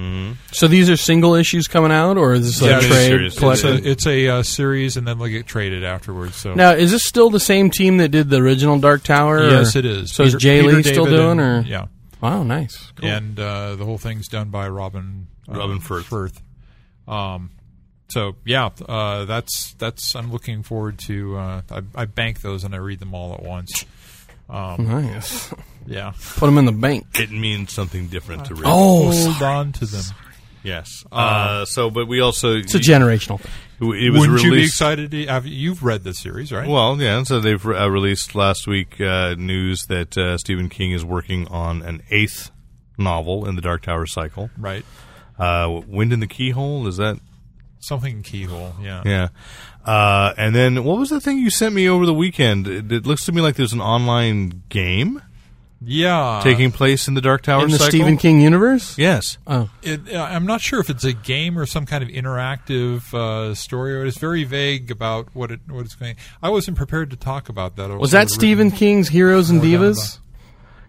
So these are single issues coming out, or is this Yeah, a it is trade serious. It's collection? a, it's a uh, series, and then they get traded afterwards. So Now, is this still the same team that did the original Dark Tower? or- yes, it is. uh, So is Peter- Jay Peter Lee still David doing, and- or yeah? wow, nice. Cool. and uh, the whole thing's done by Robin uh, Robin Firth. Um, so yeah, uh, that's that's. I'm looking forward to. Uh, I, I bank those and I read them all at once. Nice. Yeah, Put them in the bank. It means something different to read. Oh, hold so on to them. yes. Uh, so, but we also it's a generational thing. it was Wouldn't you be released- excited? To, have, you've read the series, right? Well, yeah. So they've uh, released last week uh, news that uh, Stephen King is working on an eighth novel in the Dark Tower cycle. right. Uh, Wind in the Keyhole is that? Something keyhole. Yeah. Yeah. Uh, and then what was the thing you sent me over the weekend? It, it looks to me like there's an online game Yeah. taking place in the Dark Tower Uh, in the cycle. Stephen King universe. Yes. Oh, It, uh, I'm not sure if it's a game or some kind of interactive uh, story. Or it's very vague about what it what it's going. I wasn't prepared to talk about that. was that Stephen King's Heroes and More down Divas?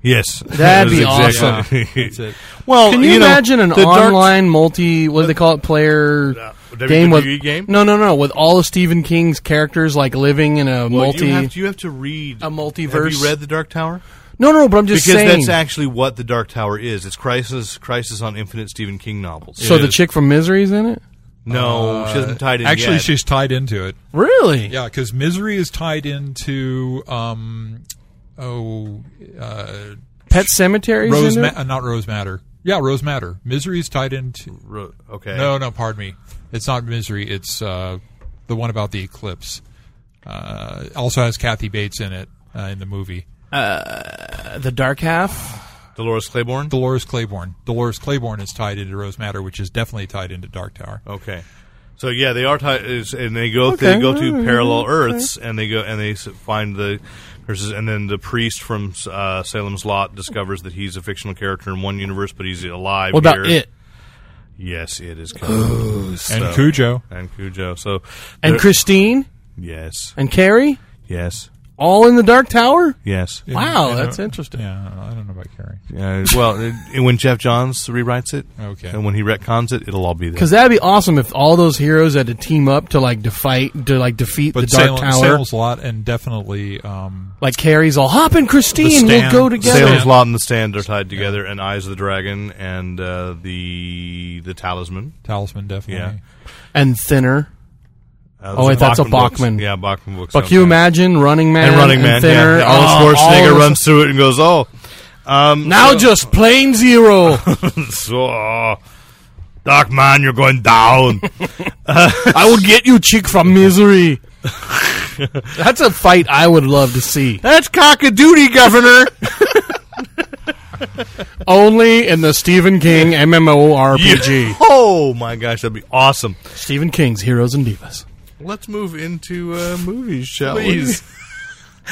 Yes. That'd be That is Yeah, exactly- that's it. well, Can you, Oh, know, imagine an the Dark- online multi? What do they call it? Player WWE game with game? No, no, no. With all of Stephen King's characters like living in a Well, multi. You have, to, you have to read A Have multiverse. you read the Dark Tower? no, no. But I'm just because saying. that's actually what the Dark Tower is. It's Crisis, Crisis on Infinite Stephen King novels. so It the is. chick from Misery's in it. no, she hasn't tied in Actually, yet. she's tied into it. Really? Yeah, because misery is tied into um, oh, uh, Pet Cemetery's rose in ma- it. uh, not rose matter. Yeah, rose matter. Misery is tied into. Ro- okay. No, no, pardon me. It's not misery. It's uh, the one about the eclipse. Uh, also has Kathy Bates in it uh, in the movie. the Dark Half. Dolores Claiborne. Dolores Claiborne. Dolores Claiborne is tied into Rose Matter, which is definitely tied into Dark Tower. okay. So yeah, they are tied, is- and they go Okay. they go to parallel Earths, and they go and they s- find the curses, and then the priest from uh, Salem's Lot discovers that he's a fictional character in one universe, but he's alive. What about here. it? Yes, it is. Cujo. And Cujo. and Cujo. So And there- Christine Yes. and Carrie, Yes. all in the Dark Tower. Yes. Wow, You know, that's interesting. Yeah, I don't know about Carrie. Uh, well, it, and when Jeff Johns rewrites it, Okay. and when he retcons it, it'll all be there. Because that'd be awesome if all those heroes had to team up to like defight to like defeat the But Dark Salem, Tower. Salem's Lot and definitely um, Like Carrie's all hop and The Christine, we'll Stand. go together. Salem's Lot and the Stand are tied together, and Eyes of the Dragon and uh, the the Talisman. Talisman, definitely. And thinner. Uh, Oh, wait, that's a books. Bachman. Yeah, Bachman books. But can you soundtrack. imagine Running Man and Running Man. thinner? uh, yeah. Arnold all- all Schwarzenegger of us- runs through it and goes, "Oh, um, Now just plain zero. so, oh, Doc Man, you're going down." I will get you, chick from misery. That's a fight I would love to see. that's cock a doodie, Governor. Only in the Stephen King MMORPG. oh my gosh, that'd be awesome. Stephen King's Heroes and Divas. Let's move into uh, movies, shall we? Please.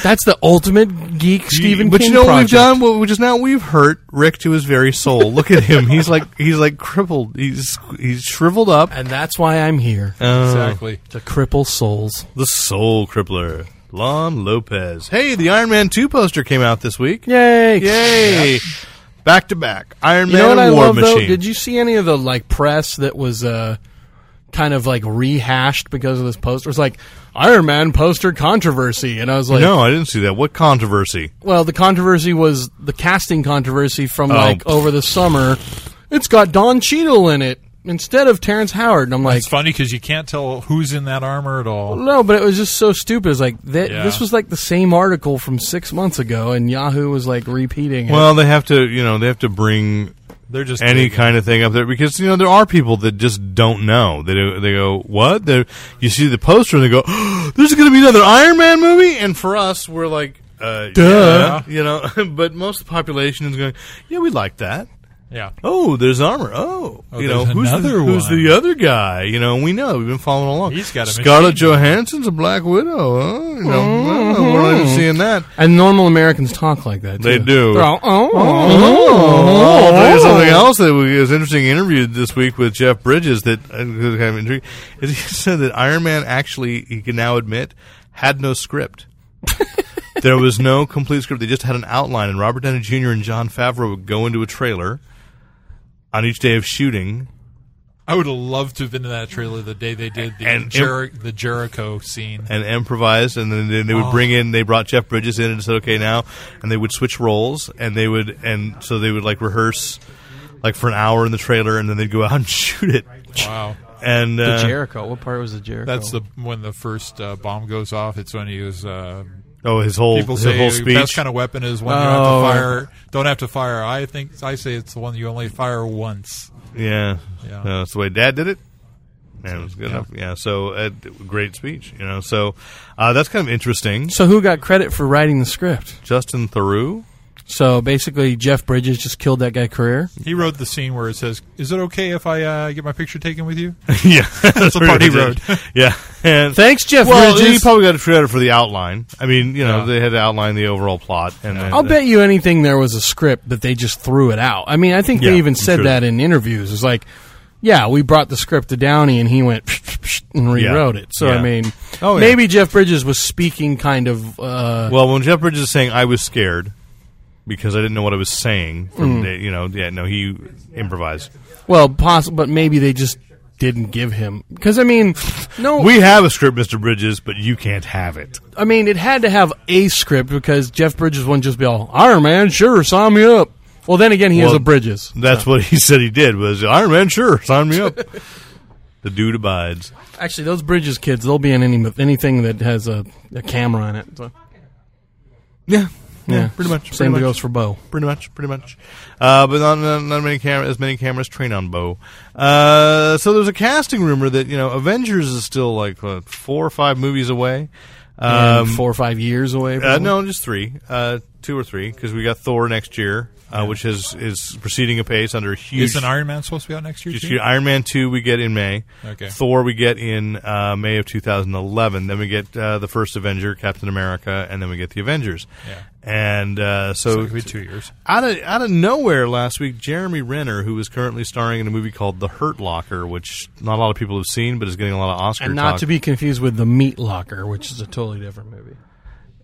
That's the ultimate geek Stephen but King you know project. what we've done? What- Which is now we've hurt Rick to his very soul. Look at him; he's like he's like crippled. He's he's shriveled up. And that's why I'm here Uh. Exactly. to cripple souls. The soul crippler, Lon Lopez. Hey, the Iron Man two poster came out this week. Yay! Yay! Back to back, Iron You Man know what and I War love Machine. though? Did you see any of the like press that was uh, kind of like rehashed because of this poster? It was like Iron Man poster controversy, and I was like, no, I didn't see that. What controversy? well, the controversy was the casting controversy from like Oh. over the summer. It's got Don Cheadle in it instead of Terrence Howard, and I'm like. It's funny because you can't tell who's in that armor at all. No, but it was just so stupid. It's like th- Yeah. this was like the same article from six months ago, and Yahoo was like repeating it. Well, they have to, you know, they have to bring They're just any big. kind of thing up there because you know there are people that just don't know. They do, they go what? They're, you see the poster and they go, "There's going to be another Iron Man movie." And for us, we're like, uh, Duh. yeah, you know. but most of the population is going, "Yeah, we like that." Yeah. Oh, there's armor. Oh, Oh, you know there's who's the, another who's one. the other guy? You know we know we've been following along. He's got a Scarlett machine gun. Oh. Johansson's a Black Widow. Huh? You know, well, we're not even seeing that. And normal Americans talk like that. They too. do. They're all, oh, Oh, I'll tell you oh." something else that was interesting. Interviewed this week with Jeff Bridges that uh, was kind of intrigued. Is he said that Iron Man actually he can now admit had no script. there was no complete script. They just had an outline, and Robert Downey Jr. and John Favreau would go into a trailer on each day of shooting. I would have loved to have been in that trailer the day they did the, And- Jeri- the Jericho scene. and improvised, and then, then they would bring in. They brought Jeff Bridges in and said, "Okay, now," and they would switch roles, and they would, and so they would like rehearse, like for an hour in the trailer, and then they'd go out and shoot it. Wow. And The uh, Jericho. What part was the Jericho? That's the when the first uh, bomb goes off. It's when he was. Uh, oh, his whole people his say whole the best speech. kind of weapon is one you have Oh. to fire. Don't have to fire. I think I say it's the one you only fire once. yeah, Yeah. Uh, that's the way Dad did it. And it was good enough. Yeah, so uh, great speech, you know. So uh, that's kind of interesting. So who got credit for writing the script? Justin Theroux. So basically, Jeff Bridges just killed that guy career. He wrote the scene where it says, "Is it okay if I uh, get my picture taken with you?" yeah, that's the part he did. Yeah, and Thanks, Jeff Well, you Bridges. probably got a credit for the outline. I mean, you know, Yeah. they had to outline the overall plot, and then uh, I'll bet you anything there was a script that they just threw it out. I mean, I think Yeah, they even I'm said sure. that in interviews. It's like, yeah, we brought the script to Downey and he went psh, psh, psh, and rewrote it. So Yeah. I mean, Oh, yeah. maybe Jeff Bridges was speaking kind of. Uh, Well, when Jeff Bridges is saying, "I was scared because I didn't know what I was saying," Mm. from the, you know, yeah, no, he improvised. well, possible, but maybe they just didn't give him because I mean, no, We have a script, Mister Bridges, but you can't have it. I mean, it had to have a script because Jeff Bridges wouldn't just be all Iron Man. Sure, sign me up. Well, then again, he is Well, a Bridges. That's what he said he did. Was Iron Man? Sure, sign me up. the dude abides. Actually, those Bridges kids, they'll be in any anything that has a, a camera in it. So, Yeah, yeah, pretty much, Same pretty much. goes for Bo. pretty much, pretty much. Uh, but not, not, not many cam- as many cameras train on Bo. Uh, so there's a casting rumor that you know Avengers is still like what, four or five movies away. And four or five years away. Uh, probably. no, just three, uh, two or three, because we got Thor next year, uh, which is is proceeding apace under a huge. Is an Iron Man supposed to be out next year? huge- too? huge- Iron Man two we get in May. Okay. Thor we get in uh, May of 2011. Then we get uh, the first Avenger, Captain America, and then we get the Avengers. Yeah. And uh, So so, it could be two years. out of out of nowhere last week, Jeremy Renner, who is currently starring in a movie called The Hurt Locker, which not a lot of people have seen, but is getting a lot of Oscar and not talk. to be confused with the Meat Locker, which is a totally different movie.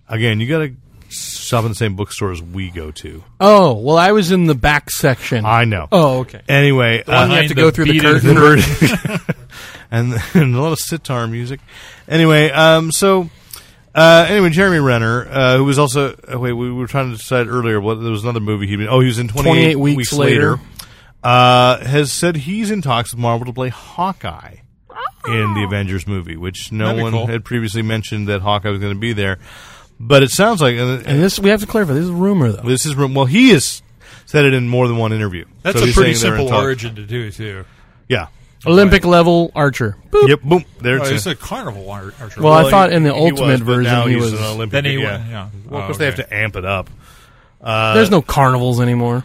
Again, you got to shop in the same bookstore as we go to. Oh well, I was in the back section. I know. oh okay. Anyway, uh, one you have to go through the curtain. and, and a lot of sitar music. Anyway, um, so uh, anyway, Jeremy Renner, uh, who was also oh, wait, we were trying to decide earlier what there was another movie he'd been. Oh, he was in twenty 28 weeks later. uh, has said he's in talks with Marvel to play Hawkeye in the Avengers movie, which no Oh. That'd be one cool. had previously mentioned that Hawkeye was going to be there. But it sounds like and, And this we have to clarify. This is a rumor though. this is well, he has said it in more than one interview. That's So a he's pretty saying they're in simple talks. origin to do too. Yeah. Olympic level archer. Boop. Yep. Boom. There Oh, it's. it's a carnival ar- archer. Well, I he- thought in the he ultimate was, but now version he he's was- an Olympic. Then he yeah. went- yeah. Well, of Oh, course they have okay. to amp it up. There's no carnivals anymore.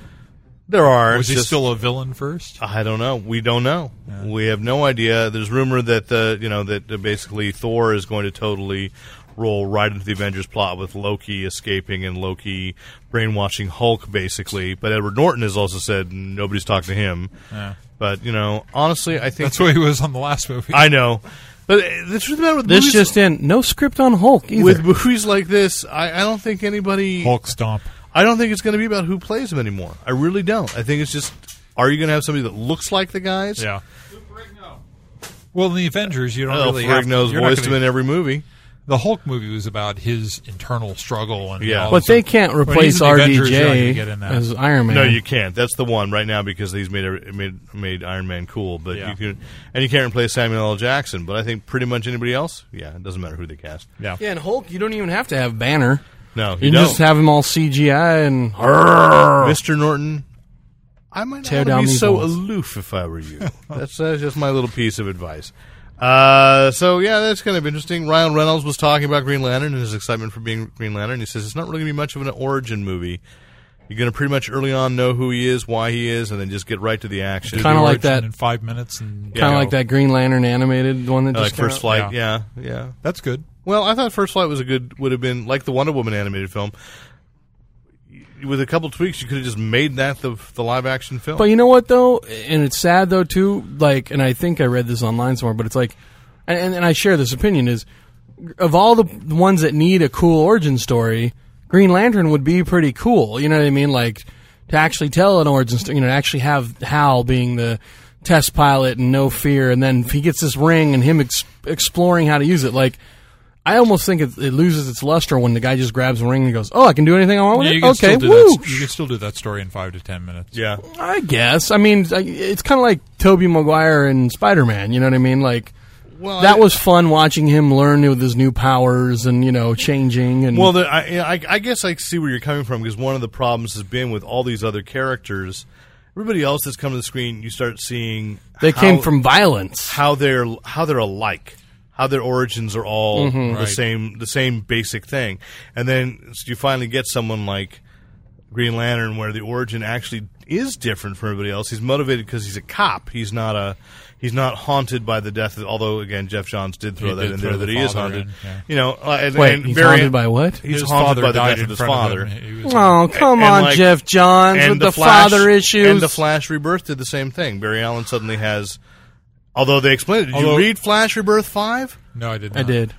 There are. was it's he just- still a villain first? I don't know. We don't know. We have no idea. There's rumor that the you know that uh, basically Thor is going to totally roll right into the Avengers plot with Loki escaping and Loki brainwashing Hulk basically. But Edward Norton has also said nobody's talked to him. Yeah. But you know, honestly, I think That's where he was on the last movie. I know. But uh, the truth of the matter with This movies, just in: no script on Hulk either. with movies like this, I, I don't think anybody Hulk stomp. I don't think it's going to be about who plays him anymore. I really don't. I think it's just are you going to have somebody that looks like the guys? Yeah. Well, in the Avengers, you don't Oh, really have Ferrigno's you're not voiced him gonna- in every movie. The Hulk movie was about his internal struggle and Yeah. all But this they stuff. can't When replace he's in the Avengers, you're not gonna RDJ get in that. as Iron Man. No, you can't. That's the one right now because he's made every- made made Iron Man cool, but Yeah. you can and you can't replace Samuel L. Jackson. But I think pretty much anybody else. Yeah, it doesn't matter who they cast. yeah. Yeah, and Hulk, you don't even have to have Banner. No, You, you, can don't. just have him all CGI and Mr. Norton. I might Tear not wanna down be these so walls. aloof if I were you. that's, that's just my little piece of advice. Uh, so yeah, that's kind of interesting. Ryan Reynolds was talking about Green Lantern and his excitement for being Green Lantern. He says it's not really going to be much of an origin movie. You're going to pretty much early on know who he is, why he is, and then just get right to the action. Do Kinda the like origin that- in five minutes and Yeah. Kind of like that Green Lantern animated one that Uh, just like came first out. flight, yeah. Yeah. yeah, that's good. Well, I thought first flight was a good would have been like the Wonder Woman animated film. With a couple tweaks, you could have just made that the the live action film. But you know what though, and it's sad though too. Like, and I think I read this online somewhere, but it's like, and, and, and I share this opinion is, of all the the ones that need a cool origin story, Green Lantern would be pretty cool. You know what I mean? Like to actually tell an origin story, you know, to actually have Hal being the test pilot and no fear, and then he gets this ring and him ex- exploring how to use it, like. I almost think it, it loses its luster when the guy just grabs a ring and goes, "Oh, I can do anything I want with Yeah, it." you can okay, still do woo! that. You can still do that story in five to ten minutes. yeah, I guess. I mean, I- it's kind of like Toby Maguire and Spider Man. You know what I mean? Like well, that I- was fun watching him learn with his new powers and you know changing and Well, the, I, yeah, I, I guess I see where you're coming from because one of the problems has been with all these other characters. Everybody else that's come to the screen, you start seeing they how- came from violence. how they're how they're alike, how their origins are all Mm-hmm. the Right. same the same basic thing, and then you finally get someone like Green Lantern where the origin actually is different from everybody else. He's motivated because he's a cop. He's not a he's not haunted by the death. Of, although again, Jeff Johns did throw He that did in throw there the that he is father haunted. in, yeah. You know, uh, and, Wait, and he's very- haunted by what? He's His haunted father by the died death in of his front father. him. He was- Oh come and on, like- Jeff Johns and with the, Flash- father issues. And the Flash Rebirth did the same thing. Barry Allen suddenly has, although they explained it. Did Although- you read Flash Rebirth five? No, I did. Not. I did.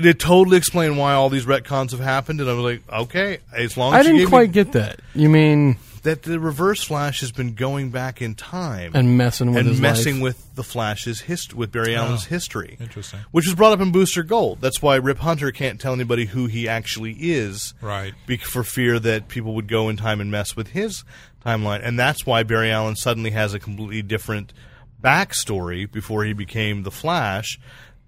They totally explained why all these retcons have happened, and I was like, okay, as long as I you didn't gave quite me get that. You mean that the Reverse Flash has been going back in time and messing with and his messing life. with the Flash's hist- with Barry Allen's history. Oh, Interesting. Which was brought up in Booster Gold. That's why Rip Hunter can't tell anybody who he actually is, Right. Be- for fear that people would go in time and mess with his timeline, and that's why Barry Allen suddenly has a completely different backstory before he became the Flash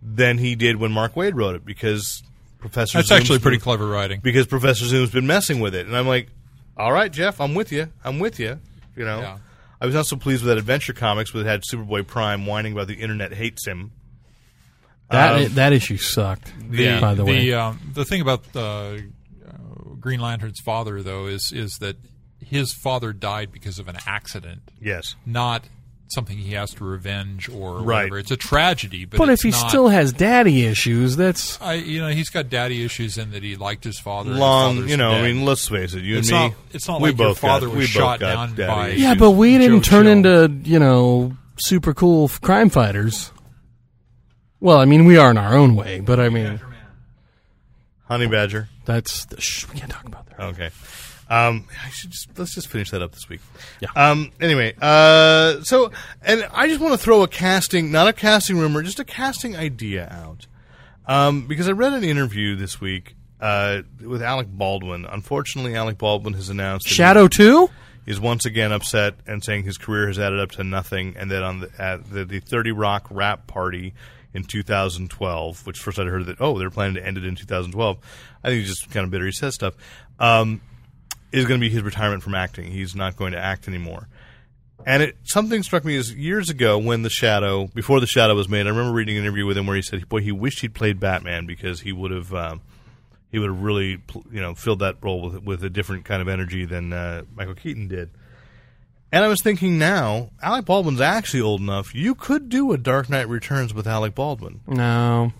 than he did when Mark Wade wrote it, because Professor That's Zoom's actually pretty been- clever writing. because Professor Zoom's been messing with it. And I'm like, all right, Jeff, I'm with you. I'm with you. You know, Yeah. I was not so pleased with that Adventure Comics, where it had Superboy Prime whining about the internet hates him. uh, that that issue sucked. the, by the, way, The, um, the thing about uh, uh, Green Lantern's father, though, is is that his father died because of an accident, Yes. not something he has to revenge or Right. whatever. It's a tragedy, but, but if it's he not- still has daddy issues, that's I, you know, he's got daddy issues in that he liked his father. and his Long, father's you know, dead. I mean, let's face it, you It's and me. not- it's not we like your both father got, was we shot both got down daddy by- issues. yeah. issues. But we Joe didn't turn Chill. into you know super cool f- crime fighters. Well, I mean, we are in our own way, but I mean, Honey Badger. that's the shh, we can't talk about that. Okay. Um, I should just let's just finish that up this week. Yeah. Um. Anyway. Uh. So, and I just want to throw a casting, not a casting rumor, just a casting idea out. Um. Because I read an interview this week. Uh. With Alec Baldwin. Unfortunately, Alec Baldwin has announced that he Shadow Two. is once again upset and saying his career has added up to nothing, and that on the, at the, the 30 Rock rap party in 2012, which first I heard that oh they're planning to end it in 2012, I think he's just kind of bitter. He says stuff um, is going to be his retirement from acting. He's not going to act anymore. And it something struck me as years ago when the Shadow, before the Shadow was made, I remember reading an interview with him where he said, "Boy, he wished he'd played Batman because he would have." Um, he would have really pl- you know filled that role with with a different kind of energy than uh, Michael Keaton did. And I was thinking now, Alec Baldwin's actually old enough. You could do a Dark Knight Returns with Alec Baldwin. No,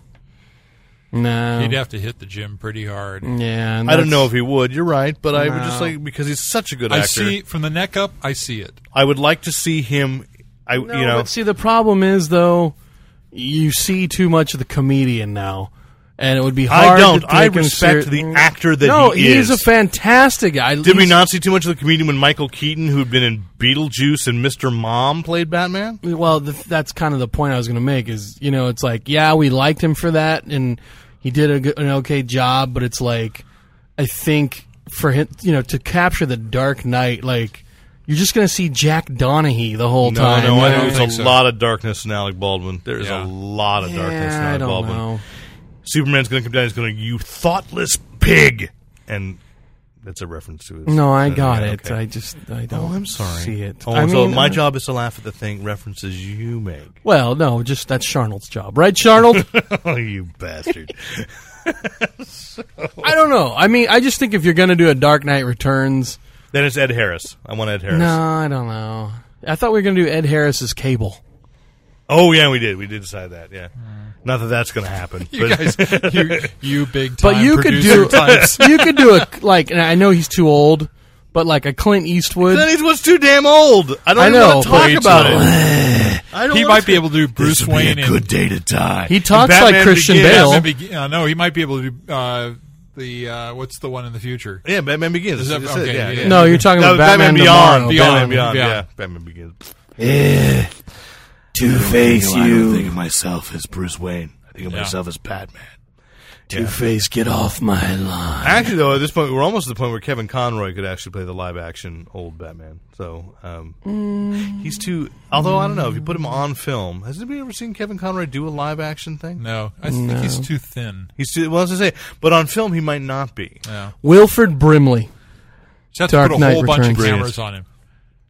no. he'd have to hit the gym pretty hard. Mm. yeah, and I don't that's- know if he would. You're right, but I would No. just like because he's such a good I actor. see from the neck up. I see it. I would like to see him. I No, you know but see, the problem is though, you see too much of the comedian now, and it would be hard. I don't. To take I him seri- respect the actor that no, he he's is. a fantastic guy. Did we He's- not see too much of the comedian when Michael Keaton, who'd been in Beetlejuice and Mr. Mom, played Batman? Well, th- that's kind of the point I was going to make. Is you know, it's like yeah, we liked him for that, and he did a, good- an okay job, but it's like I think for him, you know, to capture the Dark Knight, like you're just going to see Jack Donaghy the whole No, time. no, you I know? know there's think a so. lot of darkness in Alec Baldwin. There is Yeah. a lot of darkness in Yeah, I Alec don't Baldwin. know. Superman's going to come down. He's going to you thoughtless pig, and that's a reference to his. No, I uh, got yeah, it. okay. I just I don't. oh, I'm sorry. See it. Oh, I so mean, my uh, job is to laugh at the thing references you make. Well, no, just that's Charnold's job, right, Charnold? oh, you bastard! I don't know. I mean, I just think if you're going to do a Dark Knight Returns, Then it's Ed Harris. I want Ed Harris. No, I don't know. I thought we were going to do Ed Harris's Cable. Oh yeah, we did. We did decide that. Yeah. Not that that's going to happen. Hmm. You but- guys, you, you big time But you could producer do types. you could do a like and I know he's too old, but like a Clint Eastwood. Clint Eastwood's too damn old. I don't I even know, want to talk way about too it. I don't He wanna might be able to do Bruce Wayne and day to die. He talks Batman like Christian Begins. Bale. Batman Begi- uh, no, he might be able to do uh, the uh, what's the one in the future? Yeah, Batman Begins. Is that- That's it, okay, yeah, yeah. yeah. no, you're talking No, about Batman, Beyond. Tomorrow. Beyond, Batman Beyond, Beyond. yeah. Batman Begins. Two Face, I don't you. think of myself as Bruce Wayne. I think of Yeah. myself as Batman. Two Face, get off my lawn. Actually, though, at this point, we're almost at the point where Kevin Conroy could actually play the live action old Batman. So um, he's too. Although I don't know if you put him on film. Has anybody ever seen Kevin Conroy do a live action thing? No, I think he's too thin. He's too, well, as I say, but on film he might not be. Yeah, Wilfred Brimley. just have Dark to put a Knight whole bunch of Returns. cameras on him.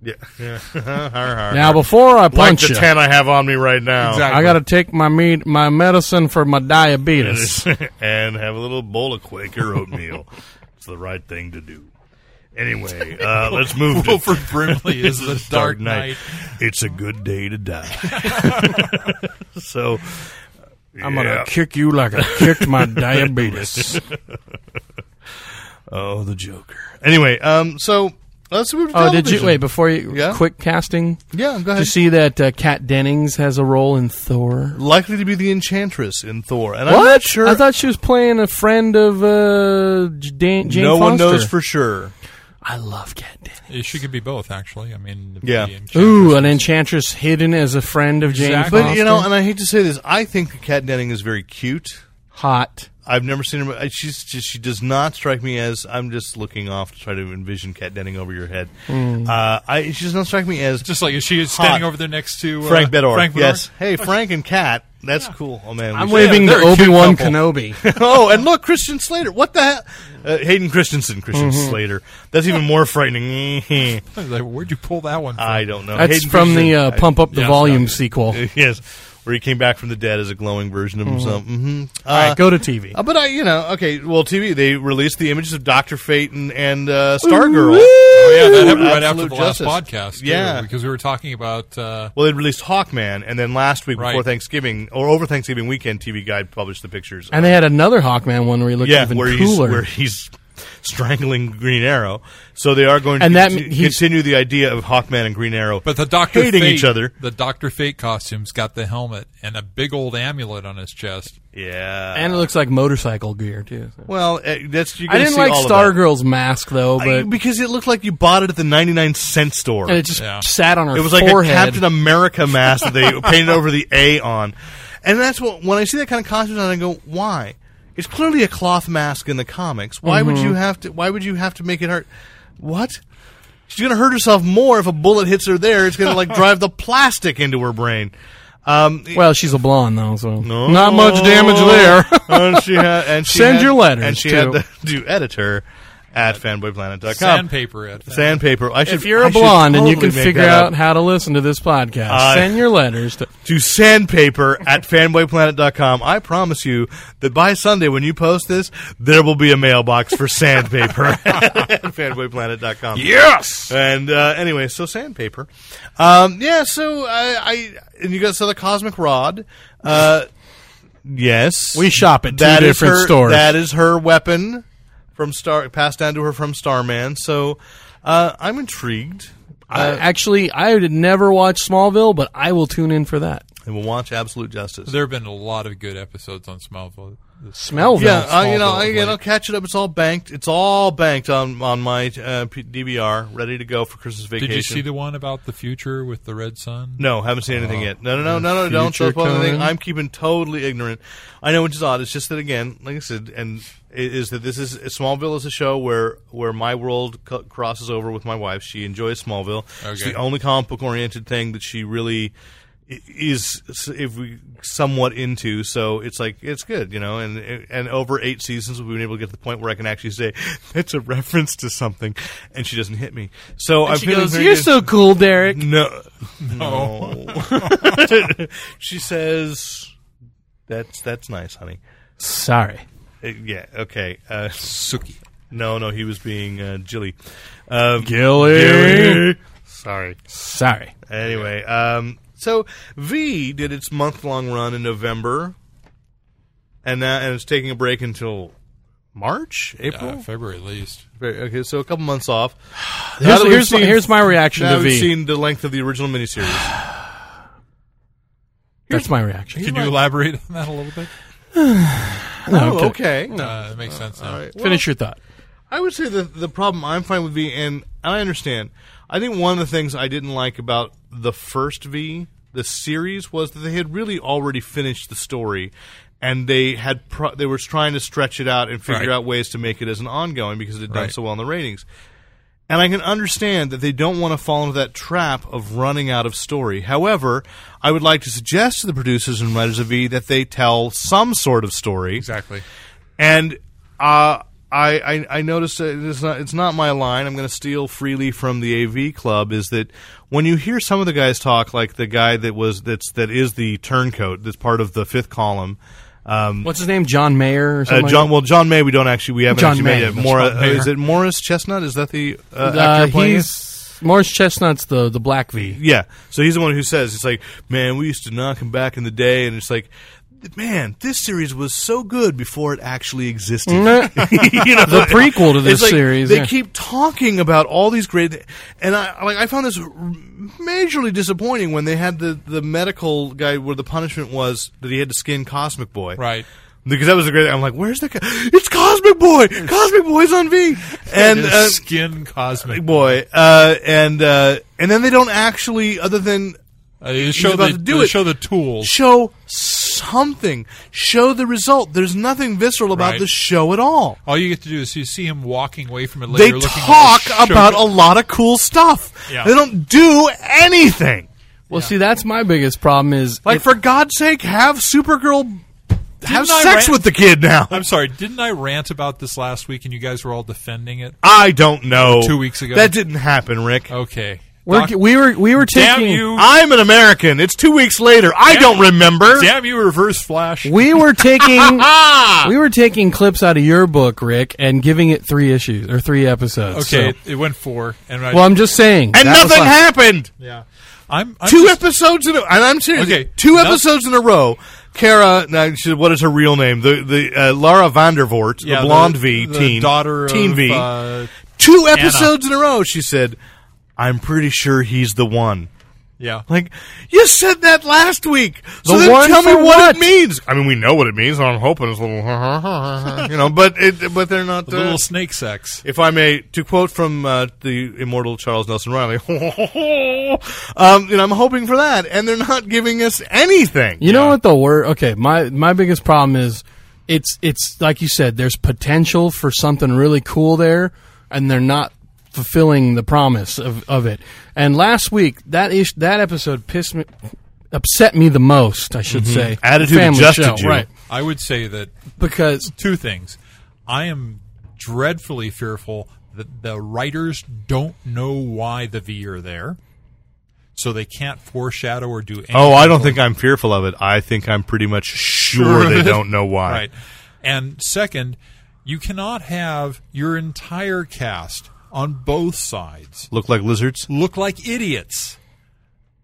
Yeah, Now before I like punch the you, ten I have on me right now. Exactly. I got to take my med- my medicine for my diabetes. and have a little bowl of Quaker oatmeal. it's the right thing to do. Anyway, uh, let's move to Wilford Brimley is the Dark Knight. It's a good day to die. so I'm going to yeah. kick you like I kicked my diabetes. Oh, the Joker. Anyway, um, so let's move. To oh, did you television. wait before you Yeah. quick casting? Yeah, go Did you ahead. see that uh, Kat Dennings has a role in Thor? Likely to be the Enchantress in Thor, and I'm What? not sure. I thought she was playing a friend of uh, J- Dan- Jane no one Foster. knows for sure. I love Cat Dennings. She could be both, actually. I mean, the Yeah. medium Ooh, chambers. an enchantress hidden as a friend of Jane Exactly. Foster. But you know, and I hate to say this, I think Kat Denning is very cute. hot. I've never seen her. I- She's just, she does not strike me as. I'm just looking off to try to envision Kat Denning over your head. Hmm. Uh, I, she does not strike me as just like she is Hot. standing over there next to uh, Frank Bedore. Frank Bedore. Yes. Hey, Frank and Kat. That's cool. Oh man, we I'm should- waving they're the a Obi cute Wan couple. Kenobi. oh, and look, Christian Slater. What the hell? Uh, Hayden Christensen, Christian Mm-hmm. Slater. That's even more frightening. I was like, Where'd you pull that one? From? I don't know. That's Hayden from the uh, Christensen. Pump Up the yeah, Volume no. sequel. I- yes, where he came back from the dead as a glowing version of himself. hmm Mm-hmm. All right, go to TV. Uh, but I, you know, okay. Well, TV they released the images of Doctor Fate and, and uh, Stargirl. Oh yeah, that Ooh, happened right after absolute the justice. last podcast. too, Yeah. because we were talking about uh, Well, they released Hawkman, and then last week before Right. Thanksgiving or over Thanksgiving weekend, TV Guide published the pictures. And they had another Hawkman one where he looked yeah, even where he's cooler. where he's strangling Green Arrow. So they are going to And that conti- m- he's- continue the idea of Hawkman and Green Arrow, but the Doctor hating Fate, each other. The Doctor Fate costume's got the helmet and a big old amulet on his chest. Yeah, and it looks like motorcycle gear too. well, uh, that's you're I gonna didn't see like all of that. Stargirl's mask though, I- but because it looked like you bought it at the ninety nine cent store. and it just Yeah. sat on her. It was like forehead. a Captain America mask that they painted over the A on. And that's what when I see that kind of costume, I go, why? It's clearly a cloth mask in the comics. Why Mm-hmm. would you have to? Why would you have to make it hurt? What? She's gonna hurt herself more if a bullet hits her there. It's gonna like drive the plastic into her brain. Um, Well, she's a blonde though, so Oh. not much damage there. and she had, and she Send had- your letters And she to- had the do editor at fanboyplanet.com. Sandpaper at Sandpaper. I should, if you're a I should blonde and you totally can make figure that up. out how to listen to this podcast, Uh, send your letters to. to sandpaper at fanboyplanet.com. I promise you that by Sunday when you post this, there will be a mailbox for sandpaper at fanboyplanet.com. Yes. And uh, anyway, so sandpaper. Um, yeah, so I, I and you got so the cosmic rod. Uh, yes, We shop at two That is different her, stores. That is her weapon from Star, passed down to her from Starman. So uh, I'm intrigued. I, uh, actually, I had never watched Smallville, but I will tune in for that. And we'll watch Absolute Justice. There have been a lot of good episodes on Smallville. This- Smellville. Yeah, small uh, you know, bill I, of you know, late. catch it up. It's all banked. It's all banked on on my uh, P- DVR, ready to go for Christmas vacation. Did you see the one about the future with the red sun? No, haven't seen anything yet. No, no, no, no, no. Don't. Uh, Future That's one thing Conan? I'm keeping totally ignorant. I know, which is odd. It's just that again, like I said, and it is that this is Smallville is a show where where my world co- crosses over with my wife. She enjoys Smallville. It's Okay. the only comic book oriented thing that she really i- is if we somewhat into so it's like it's good you know and and over eight seasons we've been able to get to the point where i can actually say that's a reference to something and she doesn't hit me so i'm She feeling goes, very "You're good." so cool, Derek." No. No. she says, "That's that's nice, honey." Sorry. Uh, yeah. Okay. Uh, Suki. No, no, he was being uh, Gilly. Uh, Gilly. Sorry. Sorry. Anyway, um, so V did its month long run in November, and now and it's taking a break until March, April. Uh, February at least. Very- okay, so a couple months off. Now Here's, that we've here's, my, seen- here's my reaction Now to we've V. seen the length of the original miniseries. That's my reaction. Can you elaborate on that a little bit? No, Oh, okay. okay. Uh, it makes sense now. Finish your thought. I would say that the problem I'm fine with V, and, and I understand. I think one of the things I didn't like about the first V, the series, was that they had really already finished the story, and they had pro- they were trying to stretch it out and figure Right. out ways to make it as an ongoing because it had done Right. so well in the ratings. And I can understand that they don't want to fall into that trap of running out of story. However, I would like to suggest to the producers and writers of V that they tell some sort of story. Exactly. And uh, I, I I noticed that it's not it's not my line. I'm going to steal freely from the AV Club. Is that when you hear some of the guys talk, like the guy that was that's that is the turncoat that's part of the fifth column. Um, What's his name? John Mayer or uh, something? like John well John May we don't actually we haven't Oh John actually May, made it. that's Mora, John uh, Mayer. is it Morris Chestnut? Is that the uh, that? Uh, actor playing? it? he's Morris Chestnut's the the black V. Yeah. So he's the one who says, it's like, man, we used to knock him back in the day. And it's like, man, this series was so good before it actually existed. you know, the prequel to this series, They yeah. keep talking about all these great. And I, like, I found this r- majorly disappointing when they had the, the medical guy where the punishment was that he had to skin Cosmic Boy. Right. Because that was a great. I'm like, where's the? Co- it's Cosmic Boy. Cosmic Boy's on V. And His uh, skin cosmic. boy, uh, and uh, and then they don't actually, other than Uh, they show about the, to do they it. show the tools. show something. Show the result. There's nothing visceral about Right. the show at all. All you get to do is you see him walking away from it They later. looking talk at the show- about a lot of cool stuff. Yeah. They don't do anything. Well, see, that's my biggest problem is Like it- for God's sake, have Supergirl have Didn't I sex rant- with the kid now. I'm sorry, didn't I rant about this last week and you guys were all defending it? I don't know. Two weeks ago. that didn't happen, Rick. Okay. we're, Doc- we were we were damn taking you, I'm an American. It's two weeks later. I don't remember. damn you, Reverse Flash. we were taking Ah! we were taking clips out of your book, Rick, and giving it three issues or three episodes. okay, it, so- it went four, and I, Well, I'm just saying, And that was nothing like- happened. yeah, I'm, I'm two just- episodes in a, and I'm serious. Okay, two now- episodes in a row. Kara, now she- what is her real name? The the uh, Lara Vandervoort, yeah, the blonde V the teen, daughter, teen of, V. uh, two episodes in a row, she said, "I'm pretty sure he's the one." yeah, Like you said that last week, so The then one tell me for what, what? it means. I mean, we know what it means. and I'm hoping it's a little, you know, but it, but they're not the uh, little snake sex. if I may, to quote from uh, the immortal Charles Nelson Riley, um, and I'm hoping for that, and they're not giving us anything. You know what the word? Okay, my my biggest problem is it's it's like you said. There's potential for something really cool there, and they're not fulfilling the promise of, of it. And last week that ish, that episode pissed me, upset me the most. I should say Mm-hmm. Attitude Family adjusted show, you. right? I would say that Because two things. I am dreadfully fearful that the writers don't know why the V are there, so they can't foreshadow or do anything. Oh, I don't think I'm fearful of it. I think I'm pretty much sure they don't know why. Right. And second, you cannot have your entire cast on both sides Look like lizards. look like idiots.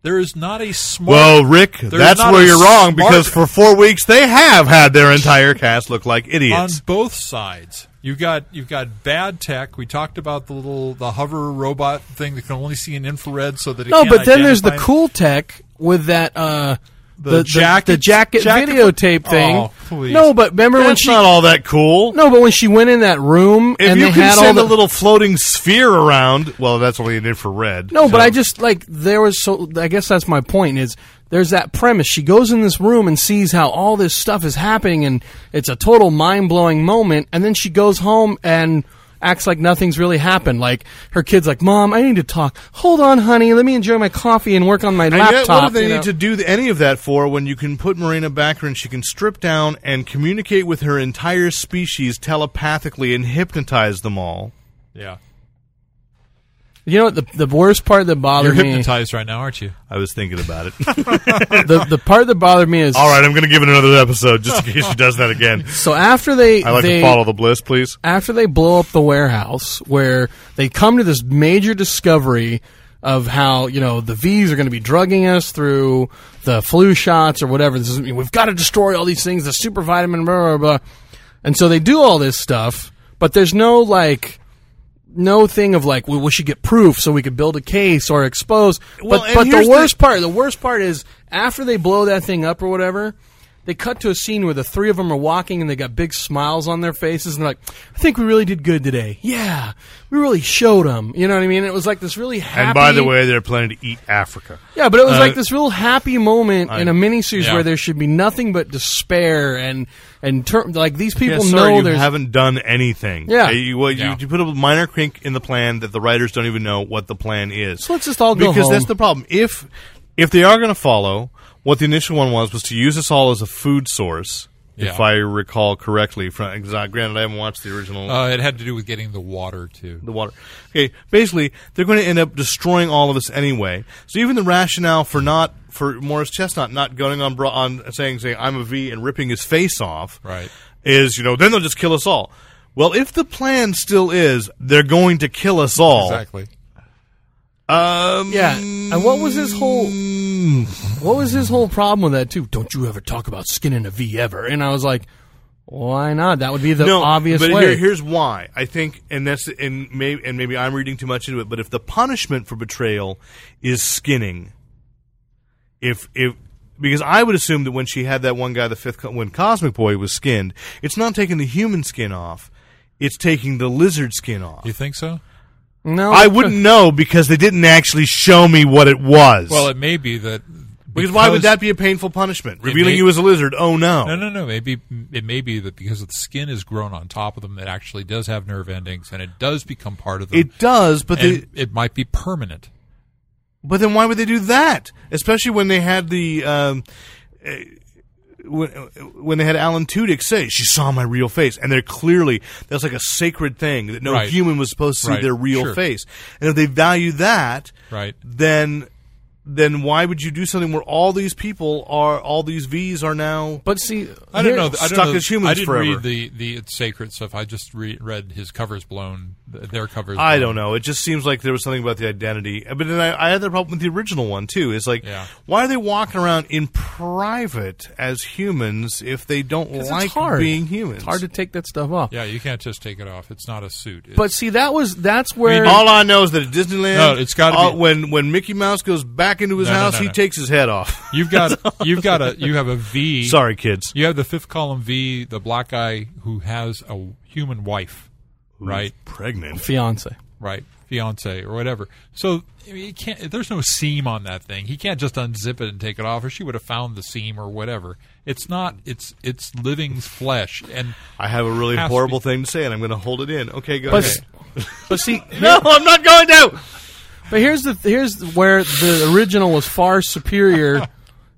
There is not a smart. Well, Rick, there's that's not where a you're wrong smart- because for four weeks they have had their entire cast look like on idiots. both sides. You've got you've got bad tech. We talked about the little the hover robot thing that can only see in infrared, so that it no, can't but then there's the identify- cool tech with that. uh the, jacket- the jacket, jacket- videotape thing. Oh, please. No, but remember when That's she not all that cool. no, but when she went in that room If and you they can had all send the a little floating sphere around, well, that's only an infrared. No, but so- I just like there was so. I guess that's my point. Is there's that premise? She goes in this room and sees how all this stuff is happening, and it's a total mind blowing moment. And then she goes home and acts like nothing's really happened. Like her kid's like, "Mom, I need to talk. Hold on, honey. Let me enjoy my coffee and work on my And laptop." yet, what do they you need know? to do th- any of that for when you can put Marina Backer and she can strip down and communicate with her entire species telepathically and hypnotize them all? Yeah. You know what? The, the worst part that You're bothered me. hypnotized right now, aren't you? I was thinking about it. The, the part that bothered me is All right, I'm going to give it another episode just in case she does that again. so after they I like they, to follow the bliss, please. after they blow up the warehouse where they come to this major discovery of how you know the V's are going to be drugging us through the flu shots or whatever. This is, we've got to destroy all these things. The super vitamin, blah, blah blah. And so they do all this stuff, but there's no like. No thing of like we, we should get proof so we could build a case or expose. Well, but and but the here's the- worst part, the worst part is after they blow that thing up or whatever, they cut to a scene where the three of them are walking and they got big smiles on their faces and they're like, I think we really did good today. Yeah, we really showed them. You know what I mean? It was like this really happy. And by the way, they're planning to eat Africa. yeah, but it was uh, like this real happy moment in a miniseries yeah. where there should be nothing but despair and and ter- like these people yeah, know sir, you there's haven't done anything. Yeah. Uh, you, well, you- Yeah. You, put a minor kink in the plan that the writers don't even know what the plan is. So let's just all go because that's home. the problem. If if they are going to follow what the initial one was, was to use us all as a food source. If Yeah. I recall correctly, from granted I haven't watched the original Uh, it had to do with getting the water too. the water. Okay, basically, they're going to end up destroying all of us anyway. So even the rationale for not for Morris Chestnut not going on bra- on saying saying I'm a V and ripping his face off, Right. Is you know then they'll just kill us all. Well, if the plan still is they're going to kill us all, Exactly. um, yeah. And what was his whole what was his whole problem with that too? Don't you ever talk about skinning a V ever? And I was like, why not? That would be the no, obvious but way. here- here's why I think, and that's and maybe and maybe I'm reading too much into it. But if the punishment for betrayal is skinning, if if because I would assume that when she had that one guy, the fifth co- when Cosmic Boy was skinned, it's not taking the human skin off; it's taking the lizard skin off. You think so? no, I wouldn't know because they didn't actually show me what it was. Well, it may be that because why would that be a painful punishment? Revealing may- you as a lizard? Oh no! No, no, no. Maybe it may be that because the skin is grown on top of them, that actually does have nerve endings, and it does become part of them. It does, but and they, it might be permanent. But then why would they do that? Especially when they had the um, eh, when, when they had Alan Tudyk say she saw my real face, and they're clearly that's like a sacred thing that no Right. human was supposed to see Right. their real Sure. face. And if they value that, Right. then then why would you do something where all these people are all these V's are now? But see, I don't here- know. th- I don't stuck know. as humans I didn't forever. read the, the it's sacred stuff. I just re- read his covers blown, th- their covers. I don't blown. know. It just seems like there was something about the identity. But then I, I had the problem with the original one too. Is like, Yeah. why are they walking around in private as humans if they don't 'cause like it's hard. being humans? It's hard to take that stuff off. Yeah, you can't just take it off. It's not a suit. It's- But see, that was that's where all I know is that at Disneyland, No, it's gotta uh, be- when when Mickey Mouse goes back into his No, no, house, no, he no. takes his head off. you've got you've got a you have a V. Sorry, kids. you have the fifth column V, the black guy who has a human wife, right? Pregnant. fiance. right fiance or whatever so I mean, you can't there's no seam on that thing he can't just unzip it and take it off or she would have found the seam or whatever it's not it's it's living flesh and I have a really Has to horrible thing to say, and I'm going to hold it in. Okay, go But ahead. s- but see, No, I'm not going to. but here's the here's where the original was far superior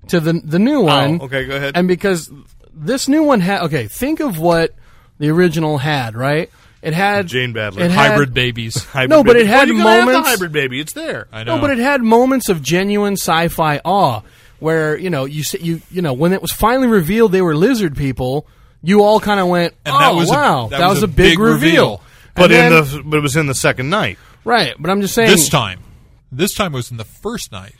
to the the new one. Oh, okay, go ahead. And because this new one had okay, think of what the original had, right? It had Jane Badler. it had- hybrid babies Hybrid No, but baby. it had Well, you gotta have the moments- hybrid baby, it's there. i know No, but it had moments of genuine sci-fi awe, where you know you s- you you know when it was finally revealed they were lizard people, you all kind of went, And "Oh that was a- wow, that was a big, big reveal." reveal. And But then- in the but it was in the second night. right, but I'm just saying this time this time was in the first night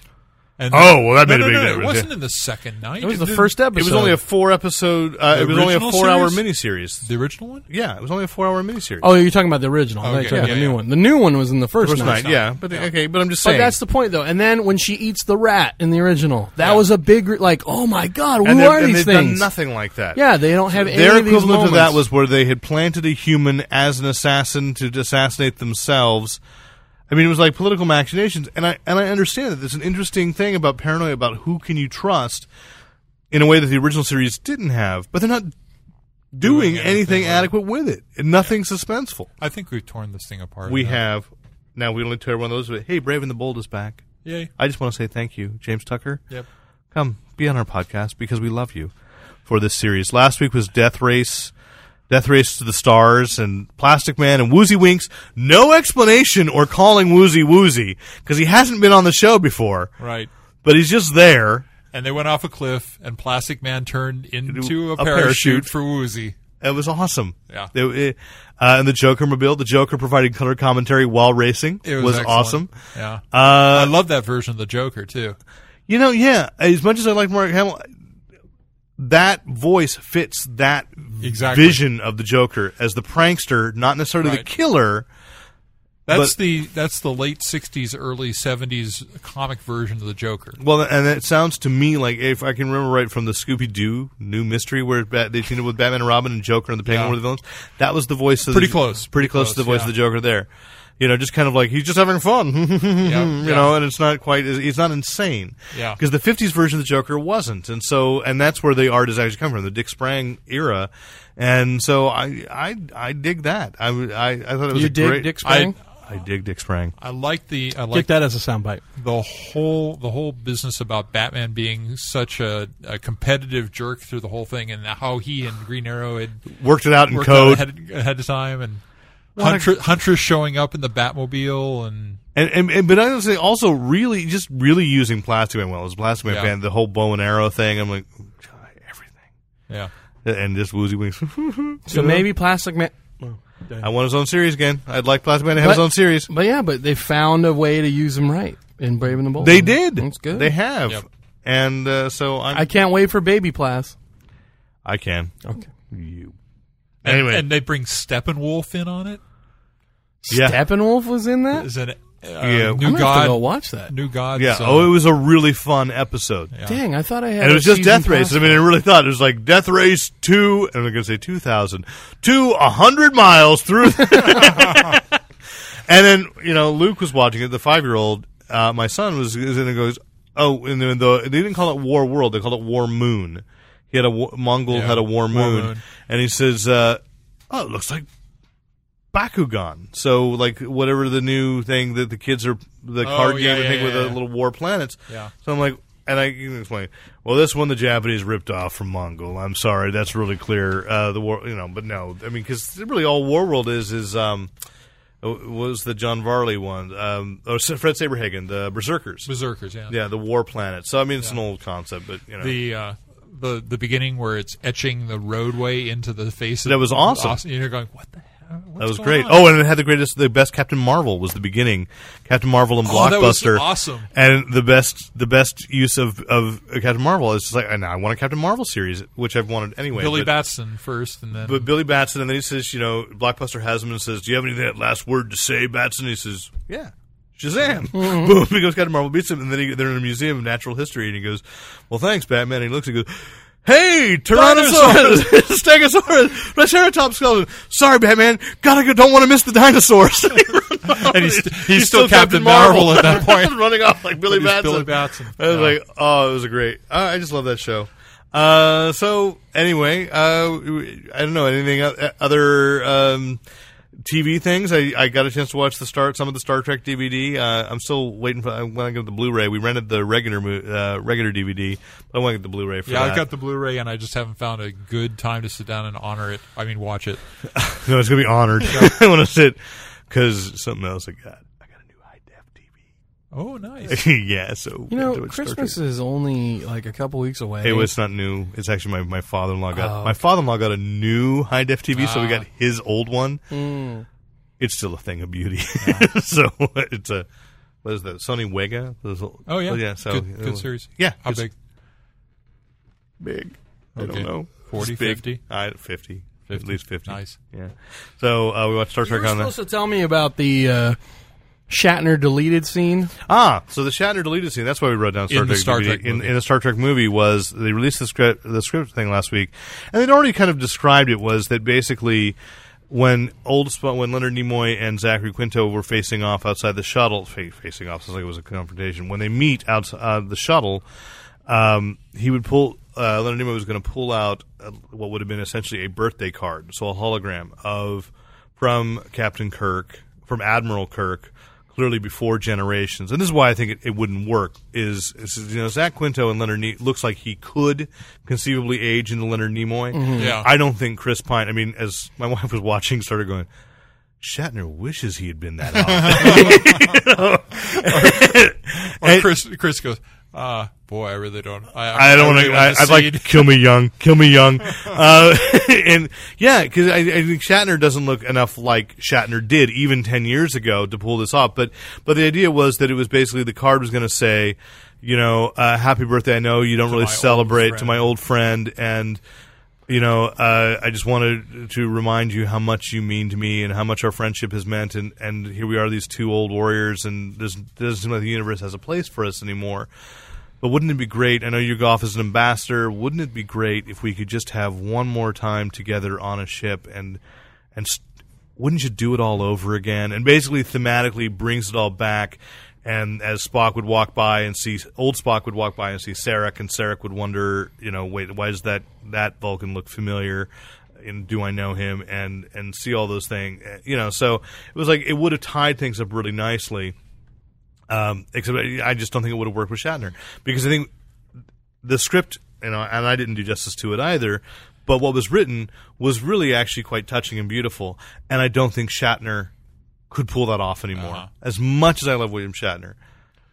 and Oh, well, that no, made a no, big no, difference, it wasn't yeah. in the second night It was the first episode. It was only a four episode. Uh, The it was only a original four hour series? miniseries. the original one Yeah, it was only a four hour miniseries. Oh, you're talking about the original, Okay, Like, yeah, yeah, the new yeah. one. The new one was in the first, first night. night. Yeah, but okay, but I'm just But saying. that's the point, though. And then when she eats the rat in the original, that was a big, re- like, oh my god, who and they've- are and these they've things? Done nothing like that. Yeah, they don't have any Their of these equivalent of that moments. was where they had planted a human as an assassin to assassinate themselves. I mean, it was like political machinations, and I and I understand that there's an interesting thing about paranoia about who can you trust in a way that the original series didn't have, but they're not doing, Doing anything anything, with it. adequate with it, and nothing's suspenseful. i think we've torn this thing apart We enough. have now. We only tear one of those. But hey, Brave and the Bold is back. yay I just want to say thank you, James Tucker. yep Come be on our podcast because we love you for this series. Last week was Death Race. Death Race to the Stars and Plastic Man and Woozy Winks. No explanation or calling Woozy Woozy because he hasn't been on the show before, Right. but he's just there. And they went off a cliff, and Plastic Man turned into a, a parachute, parachute. for Woozy. It was awesome. Yeah. It- it- uh, and the Joker mobile, the Joker provided color commentary while racing. It was, excellent. awesome. Yeah. I Uh, love that version of the Joker too. you know, yeah. As much as I like Mark Hamill, that voice fits that Exactly. vision of the Joker as the prankster, not necessarily the Right. killer. That's But- the that's the late '60s, early '70s comic version of the Joker. Well, and it sounds to me like if I can remember right from the Scooby Doo new mystery where Bat- they teamed up with Batman and Robin and Joker and the Penguin Yeah. were the villains. That was the voice of Pretty the, close. pretty close, to the voice yeah. of the Joker there. You know, just kind of like he's just having fun. Yeah, Mm-hmm. you yeah. know, and it's not quite it's not insane. Yeah. because the '50s version of the Joker wasn't, and so and that's where the art is actually come from, the Dick Sprang era, and so I I I dig that. I I, I thought it was You a dig great, Dick Sprang? I, I dig Dick Sprang. I like the I like Take that as a soundbite. the whole the whole business about Batman being such a, a competitive jerk through the whole thing, and how he and Green Arrow had Worked it out in worked out code. ahead, ahead of time, and a- Huntress, Huntress showing up in the Batmobile, and And, and, and but I would say also really just really using Plastic Man well as a Plastic Man Yeah. fan the whole bow and arrow thing I'm like "God, everything yeah, and this Woozy Wings So maybe Plastic Man. I want his own series again I'd like Plastic Man to have his But- own series But yeah, but they found a way to use them right in Brave and the Bold. they did Mm-hmm. That's good. they have Yep. and uh, so I'm, I can't wait for Baby Plas. I can Okay. you and, Anyway. and they bring Steppenwolf in on it. Yeah. Steppenwolf was in that. Is it uh, Yeah. I'm new gonna have to go god? watch that. New uh, god? yeah oh it was a really fun episode Dang, I thought I had. and it a was just season Death Race pass. I mean I really thought it was like Death Race two and I'm gonna say two thousand to a hundred miles through And then you know, Luke was watching it. The five year old, uh, my son was, is in and goes, oh, and then the they didn't call it War World, they called it War Moon. He had a wa- Mongol Yeah, had a War War Moon, Moon. and he says, uh, oh, it looks like Bakugan. So like whatever the new thing that the kids are the card Oh, yeah, game yeah, thing yeah, with the yeah. little war planets. Yeah. So I'm like. And I can explain. Well, this one the Japanese ripped off from Mongol. I'm sorry, that's really clear. Uh, the war, you know, but no, I mean, because really all War World is is um, what was the John Varley one, um, or S- Fred Saberhagen, the Berserkers. Berserkers. Yeah, yeah, the War Planet. So I mean, it's an old concept, but you know, the uh, the the beginning where it's etching the roadway into the face. of That was the- awesome. awesome. You're going, what the hell? What's that was going great. on?" Oh, and it had the greatest, the best Captain Marvel was the beginning. Captain Marvel and Oh, Blockbuster, that was awesome. And the best, the best use of of Captain Marvel is just like, I know I want a Captain Marvel series, which I've wanted anyway. Billy but- Batson first, and then But Billy Batson, and then he says, you know, Blockbuster has him and says, "Do you have anything that last word to say, Batson?" He says, "Yeah." Shazam! Boom! He goes, Captain Marvel beats him, and then he, they're in a museum of natural history, and he goes, "Well, thanks, Batman." And he looks and goes, "Hey, Tyrannosaurus, Stegosaurus, Triceratops skull." Sorry, Batman. Gotta go. Don't want to miss the dinosaurs. and And he's- he's still Captain Marvel at that point. running off like Billy But he's Batson. Billy Batson. I was Yeah. like, oh, it was a great. Uh, I just love that show. Uh, so anyway, uh, we- I don't know anything o- uh, other um, TV things. I, I got a chance to watch the start some of the Star Trek DVD. Uh, I'm still waiting for when I get the Blu-ray. We rented the regular mo- uh, regular DVD. But I want to get the Blu-ray for yeah, that. I've got the Blu-ray, and I just haven't found a good time to sit down and honor it. I mean, watch it. no, it's gonna be honored. I want to sit because something else I got. I got a new high def Oh, nice. TV. yeah, so You we know, have to watch Star Christmas Trek. is only like a couple weeks away. Hey, well, it's not new. It's actually my, my father in law got Oh. my father in law got a new high def TV, so we Ah. Hmm. got his old one. It's still a thing of beauty. so it's a what is that Sony Wega? Those old- Oh yeah, yeah. So uh, good, good series. Yeah, how it's big? Big. I Okay. don't know. 40, It's big. 50? I, 50, 50. At least fifty. Nice. Yeah. So uh, we watched Star you were Trek on supposed that. to tell me about the uh, Shatner deleted scene. Ah, so the Shatner deleted scene. That's why we wrote down Star In the Trek. Star DVD. Trek in, movie. in the Star Trek movie was they released the script the script thing last week, and they'd already kind of described it was that basically when old Sp- when Leonard Nimoy and Zachary Quinto were facing off outside the shuttle fa- facing off sounds like it was a confrontation when they meet outside uh, the shuttle, um, he would pull. Uh, Leonard Nimoy was going to pull out uh, what would have been essentially a birthday card, so a hologram of from Captain Kirk, from Admiral Kirk, literally before Generations, and this is why I think it, it wouldn't work. Is, is you know Zach Quinto and Leonard ne- looks like he could conceivably age into Leonard Nimoy. Yeah. I don't think Chris Pine. I mean, as my wife was watching, started going. Shatner wishes he had been that odd. Or Chris, Chris goes, uh, boy, I really don't. I, I don't want really to. I'd see like it." kill me young, kill me young, uh, and yeah, because I, I think Shatner doesn't look enough like Shatner did even ten years ago to pull this off. But but the idea was that it was basically the card was going to say, you know, uh, happy birthday. I know you don't really my old celebrate to friend. my old friend, and you know, uh, I just wanted to remind you how much you mean to me and how much our friendship has meant. And, and here we are, these two old warriors, and there's, doesn't seem like the universe has a place for us anymore. But wouldn't it be great? I know you golf as an ambassador. Wouldn't it be great if we could just have one more time together on a ship and and st- wouldn't you do it all over again? And basically, thematically, brings it all back. And as Spock would walk by and see old Spock would walk by and see Sarek, and Sarek would wonder, you know, wait, why does that that Vulcan look familiar? And do I know him? And and see all those things, Uh, you know. So it was like it would have tied things up really nicely. Um, except I I just don't think it would have worked with Shatner because I think the script, you know, and I didn't do justice to it either. But what was written was really actually quite touching and beautiful, and I don't think Shatner could pull that off anymore. As much as I love William Shatner,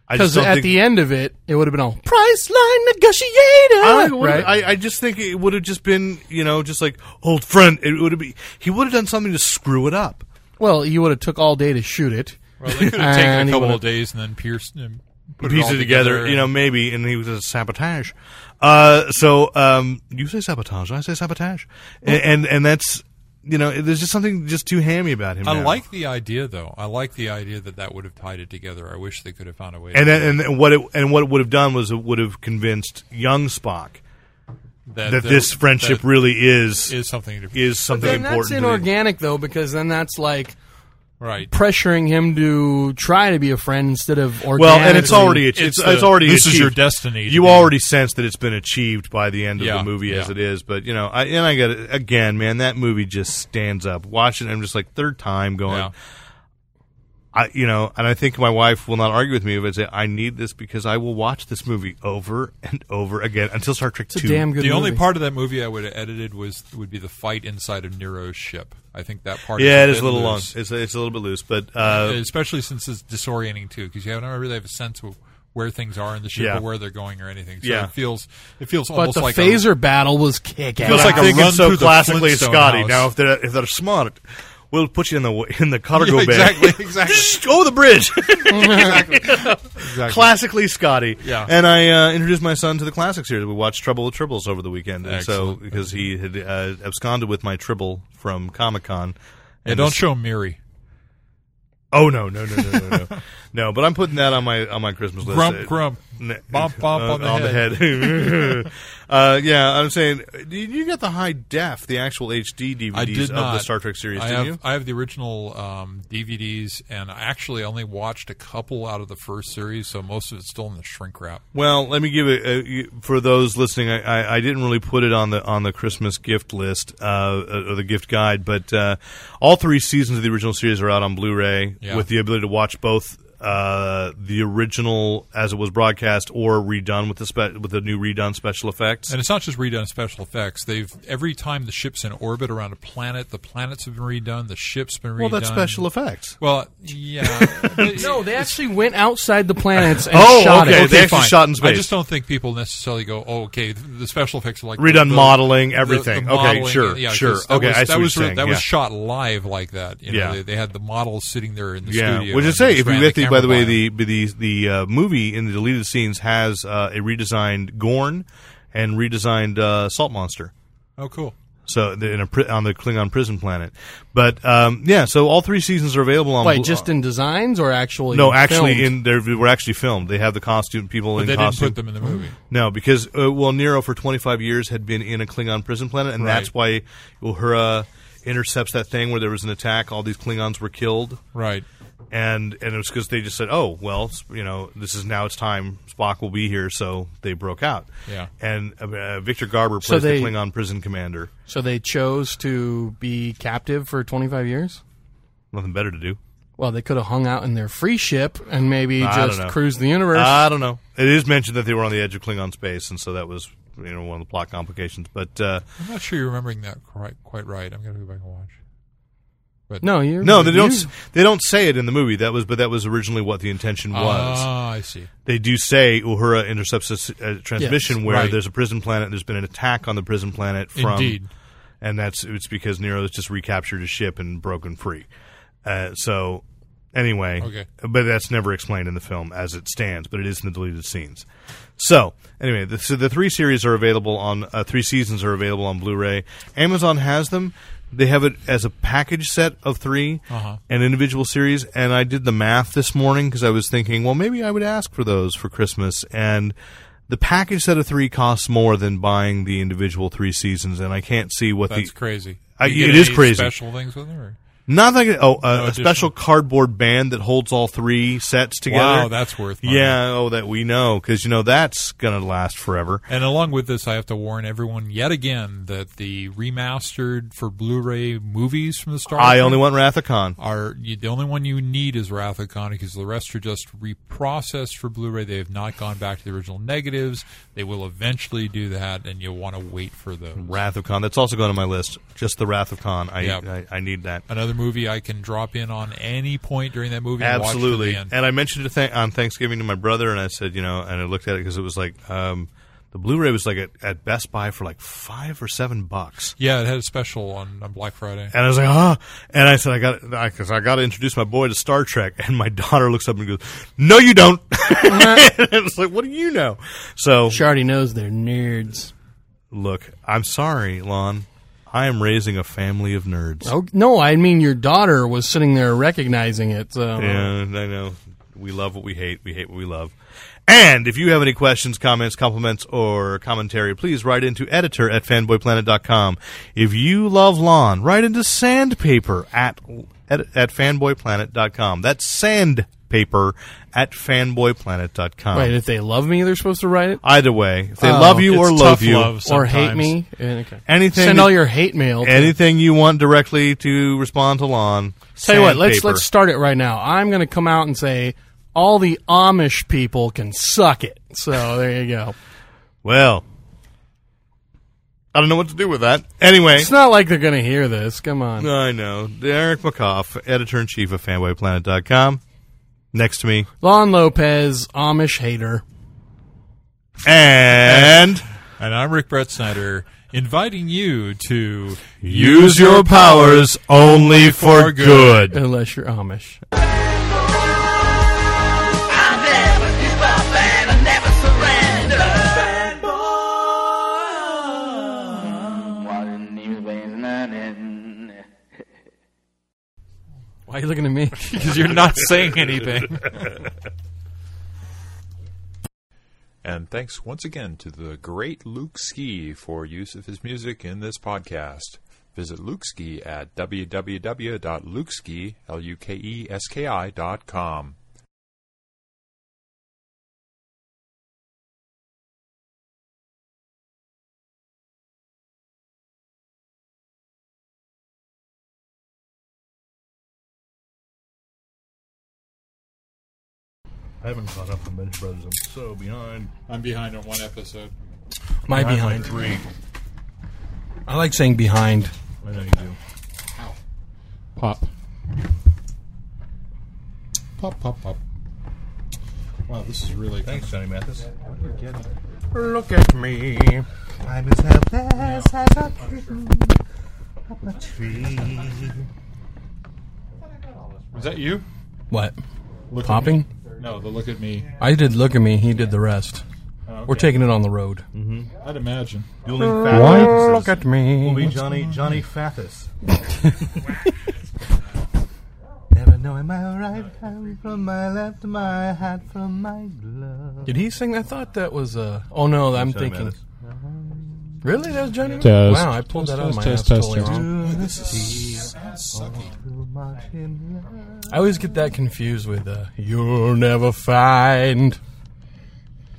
I Because just don't at think, the end of it, it would have been all price line negotiator. I, don't think it would've- right? I, I just think it would have just been, you know, just like old friend. It would have been. He would have done something to screw it up. well, you would have took all day to shoot it. Well, they could have taken And a he couple would've- of days and then pierced and put piece all it together, you know, maybe, and he was a sabotage. Uh, so um, you say sabotage, I say sabotage, and, and and that's you know, there's just something just too hammy about him. I now. like the idea, though. I like the idea that that would have tied it together. I wish they could have found a way. and to then, and then what it and what it would have done was it would have convinced young Spock that, this friendship that really is is, is something to something Then important. that's to the- inorganic though, because then that's like right. pressuring him to try to be a friend instead of organically. Well, and it's already it's, It's it's, the- already this is achieved. your destiny to You be- already sense that it's been achieved by the end of Yeah, the movie as yeah. it is, but you know, I, and I got it again, man. That movie just stands up. Watching, it, I'm just like third time going. Yeah. I, you know, and I think my wife will not argue with me if I say I need this because I will watch this movie over and over again until Star Trek it's a Two. damn good. The only movie. part of that movie I would have edited was would be the fight inside of Nero's ship. I think that part. yeah, it bit is a little long. loose. It's it's a little bit loose, but uh, especially since it's disorienting too, because you don't really have a sense of where things are in the ship Yeah. or where they're going or anything. So Yeah. it feels it feels but almost the like a- phaser battle was kick But ass. Feels like I'm a thinking run so through the classically Flintstone Scotty. house. Now, if they're if they're smart, we'll put you in the in the cargo Yeah, bay. exactly, exactly. Go the bridge. exactly. classically Scotty. Yeah. And I uh, introduced my son to the classics here. We watched Trouble with Tribbles over the weekend, and so Excellent. because he had uh, absconded with my Tribble from Comic Con. Yeah, don't show Miri. Oh no no no no no no no! But I'm putting that on my on my Christmas list. Grump, Uh, grump. n- Bump, bump uh, on the head. head. uh, yeah, I'm saying you- you got the high def, the actual HD DVDs I did of not. the Star Trek series, I didn't have, you? I have the original um, DVDs, and I actually only watched a couple out of the first series, so most of it's still in the shrink wrap. Well, let me give it uh, you- for those listening. I, I, I didn't really put it on the on the Christmas gift list uh, or the gift guide, but uh, all three seasons of the original series are out on Blu-ray Yeah. with the ability to watch both uh, the original as it was broadcast or redone with the spe- with the new redone special effects. And it's not just redone special effects. They've every time the ship's in orbit around a planet, the planets have been redone, the ship's been redone. well, that's special effects. Well, yeah. no, they actually went outside the planets and Oh, shot okay. it. They actually fine. shot in space. I just don't think people necessarily go, "Oh, okay." th- The special effects are like Redone the- the- modeling, the- everything. the Okay, modeling, sure, yeah, 'cause sure. That Okay, was, I see that what was you're re- saying, that yeah. was shot live like that. you know, Yeah. they, they had the models sitting there in the Yeah, studio. which is and say just if you ran get the, by the way, camera the by the the uh, movie in the deleted scenes has uh, a redesigned Gorn and redesigned uh, Salt Monster. them. Oh, cool. So the- in a, pri- on the Klingon prison planet, but um, yeah, so all three seasons are available on. Wait, Blu- uh, just in designs or actually? no, actually, filmed? in there were actually filmed. They have the costume people in But they didn't costume. put them in the movie. No, because uh, well, Nero for 25 years had been in a Klingon prison planet, and Right. that's why Uhura intercepts that thing where there was an attack. All these Klingons were killed, Right. and and it was because they just said, "Oh, well, s- you know, this is now it's time. Spock will be here," so they broke out. Yeah. and uh, uh, Victor Garber plays So they- the Klingon prison commander. so they chose to be captive for 25 years. Nothing better to do. Well, they could have hung out in their free ship and maybe I don't just know. Uh, cruised the universe. I don't know. It is mentioned that they were on the edge of Klingon space, and so that was you know one of the plot complications. But uh, I'm not sure you're remembering that quite quite right. I'm gonna go back and watch. no, you no, they don't. you- s- They don't say it in the movie. That was, but that was originally what the intention was. Ah, I see. they do say Uhura intercepts a s- a transmission where right. there's a prison planet. There's been an attack on the prison planet from, Indeed. and that's it's because Nero has just recaptured his ship and broken free. Uh, so anyway, Okay. but that's never explained in the film as it stands, but it is in the deleted scenes. So anyway, the, so the three series are available on uh, three seasons are available on Blu-ray. Amazon has them. They have it as a package set of 3 Uh-huh. an individual series. And I did the math this morning because I was thinking, well, maybe I would ask for those for Christmas. And the package set of three costs more than buying the individual three seasons. And I can't see what That's the crazy. I- You it get is any crazy. Special things with them. Or? Not like a, oh, a, a additional- special cardboard band that holds all three sets together. Wow, that's worth. money. yeah. Oh, that we know because you know that's gonna last forever. And along with this, I have to warn everyone yet again that the remastered for Blu-ray movies from the Star I Trek only want Rathacon. are you, the only one you need is Wrath of Khan because the rest are just reprocessed for Blu-ray. They have not gone back to the original negatives. They will eventually do that, and you'll want to wait for those. Wrath of Khan. That's also going on my list. Just the Wrath of Khan. I Yeah. I, I need that. Another movie I can drop in on any point during that movie. and watch till the Absolutely. end. And I mentioned it th- on Thanksgiving to my brother, and I said, you know, and I looked at it because it was like um, the Blu-ray was like at, at Best Buy for like five or seven bucks. yeah, it had a special on, on Black Friday. And I was like, ah. And I said, I got because I got to introduce my boy to Star Trek. And my daughter looks up and goes, No, you don't. and I was like, What do you know? So she already knows they're nerds. look, I'm sorry, Lon. I am raising a family of nerds. Oh no, I mean your daughter was sitting there recognizing it. So. And I know we love what we hate. We hate what we love. And if you have any questions, comments, compliments, or commentary, please write into editor at fanboyplanet.com. If you love lawn, write into sandpaper at, at, at fanboyplanet.com. That's sandpaper at fanboyplanet.com. Right, if they love me, they're supposed to write it Either way, Oh. if they Oh, love you it's or tough love you, love. or hate Sometimes. me. And, okay. Anything Send that- all your hate mail. to- anything you want directly to respond to lawn, Tell you what, let's sandpaper. let's start it right now. I'm going to come out and say all the Amish people can suck it. So there you go. Well, I don't know what to do with that. Anyway, It's not like they're going to hear this. Come on. I know. Eric McCoff, editor in chief of fanboyplanet.com. Next to me. Lon Lopez, Amish hater. And And I'm Rick Brett Snyder, inviting you to use your powers only for good. Unless you're Amish. I never give up and I never surrender. Fanboy. Water in these veins, and I Why are you looking at me? because you're not saying anything. And thanks once again to the great Luke Ski for use of his music in this podcast. Visit Luke Ski at www.lukeski, E L-U-K-E-S-K-I dot com. I haven't caught up on Bench Brothers. I'm so behind. I'm behind on one episode. My behind. three. I like saying behind. I know you do. Pop. Pop, pop, pop. Wow, this is really. Thanks, Johnny Mathis. Look at me. I'm as helpless as a kitten up a tree. Was that you? What? Popping? No, the look at me. I did look at me. He did the rest. We're taking it on the road. I'd imagine. Dueling Look at me. We'll be Johnny Johnny Fathis. Never knowing my right hand from my left, my hat from my glove. Did he sing? I thought that was Uh, oh no, I'm Johnny thinking. Mathis. Really, that was Johnny. Test. Wow, I pulled that out of my Test, ass test, test, totally test. wrong. I always get that confused with uh, "You'll Never Find."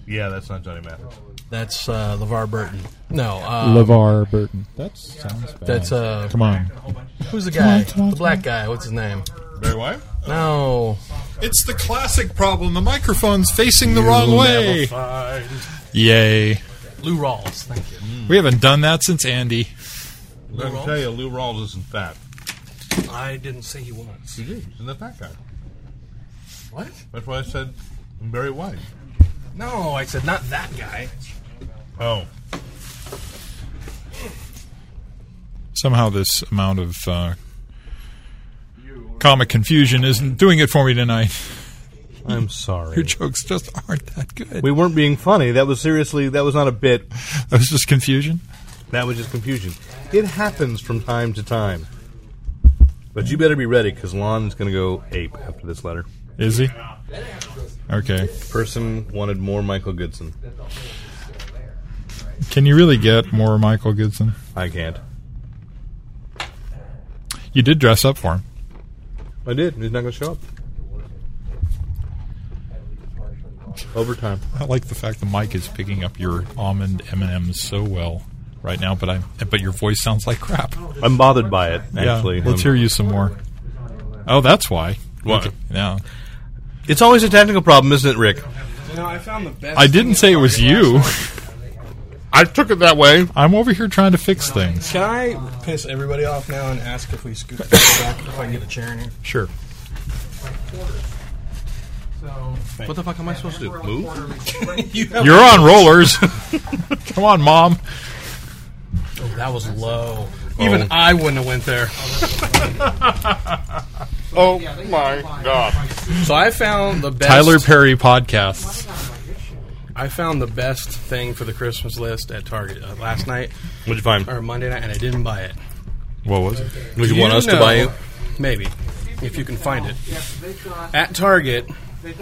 Yeah, that's not Johnny Mathis. That's uh, LeVar Burton. No, uh, LeVar Burton. That sounds bad. that's uh, Come on. who's the guy? The black guy. What's his name? Barry White? No. It's the classic problem. The microphone's facing the wrong way. Yay. Lou Rawls, thank you. We haven't done that since Andy. Let me tell you, Lou Rawls isn't fat. I didn't say he was. He is. He's not that guy. What? That's why I said Barry White. No, I said not that guy. Oh. Somehow, this amount of uh, comic confusion isn't doing it for me tonight. I'm Your sorry. jokes just aren't that good. We weren't being funny. That was seriously. That was not a bit. That was just confusion. That was just confusion. It happens from time to time. But you better be ready because Lon is going to go ape after this letter. Is he? Okay. Person wanted more Michael Goodson. Can you really get more Michael Goodson? I can't. You did dress up for him. I did. He's not going to show up. Overtime. I like the fact the mic is picking up your almond M and M's so well right now, but I but your voice sounds like crap. I'm bothered by it. Actually, um, yeah, let's hear you some more. Oh, that's why. What? Yeah, It's always a technical problem, isn't it, Rick? You know, I found the best. I didn't say it was you. I took it that way. I'm over here trying to fix things. Can I piss everybody off now and ask if we scoot back if I can get a chair in here? Sure. What the fuck am I supposed to do? Move? You're on rollers. Come on, mom. Oh, That was low. Even I wouldn't have went there. Oh my god! So I found the best. Tyler Perry podcasts. I found the best thing for the Christmas list at Target uh, last night What'd you find? or Monday night, and I didn't buy it. What was it? Would you, want us to know- buy you? Maybe, if you can find it. At Target,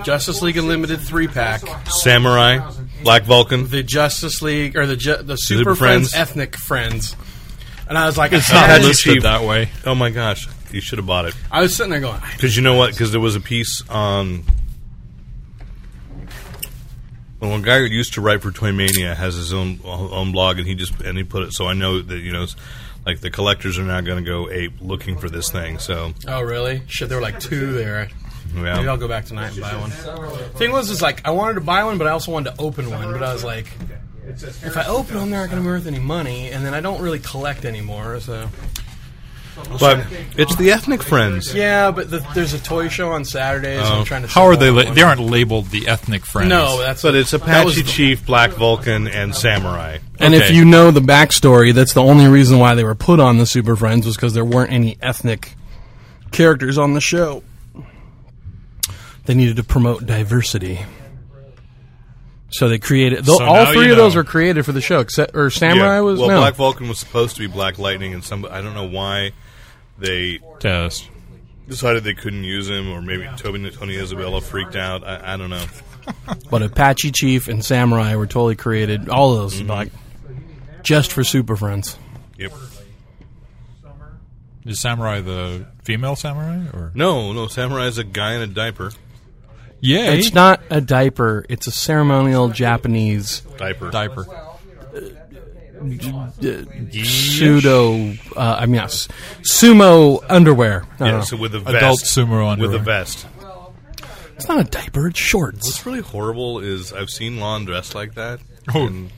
Justice League Unlimited three pack, Samurai, Black Vulcan. the Justice League or the ju- the Super, Super Friends. Friends. Ethnic Friends, and I was like, It's I, not had- listed. Listed that way. Oh my gosh! You should have bought it I was sitting there going, I because you know what? Because there was a piece on. Well, a guy who used to write for Toy Mania has his own own blog, and he just and he put it. So I know that you know, it's like the collectors are now going to go ape looking for this thing. So Oh, really? Shit, there were like two there. yeah. Maybe I'll go back tonight and buy one. Thing was, is like I wanted to buy one, but I also wanted to open one. But I was like, if I open them, they're not going to be worth any money, and then I don't really collect anymore. So But it's the ethnic friends. yeah, but the, there's a toy show on Saturday, so Oh. I'm trying to. How are sell they? that Li- one. they aren't labeled the ethnic friends. No, that's But it's that was Apache the- Chief, Black Vulcan, and Samurai. And if Okay. you know the backstory, that's the only reason why they were put on the Super Friends was because there weren't any ethnic characters on the show. They needed to promote diversity. So they created tho- So all now three you of those know. were created for the show, except or Samurai Yeah. was well, no. Black Vulcan was supposed to be Black Lightning, and some I don't know why they Test. decided they couldn't use him, or maybe Toby Tony Isabella freaked out. I, I don't know. but Apache Chief and Samurai were totally created. All of Mm-hmm. those like just for Super Friends. Yep. Is samurai the female samurai or? No, no, Samurai's a guy in a diaper. Yeah, It's not a diaper. It's a ceremonial Japanese Diaper. diaper. uh, pseudo. Uh, I mean, yes, sumo underwear. Uh, No, no, Yeah, no. so with a vest. Adult sumo underwear. With a vest. It's not a diaper. It's shorts. What's really horrible is I've seen Lon dressed like that. Oh. and-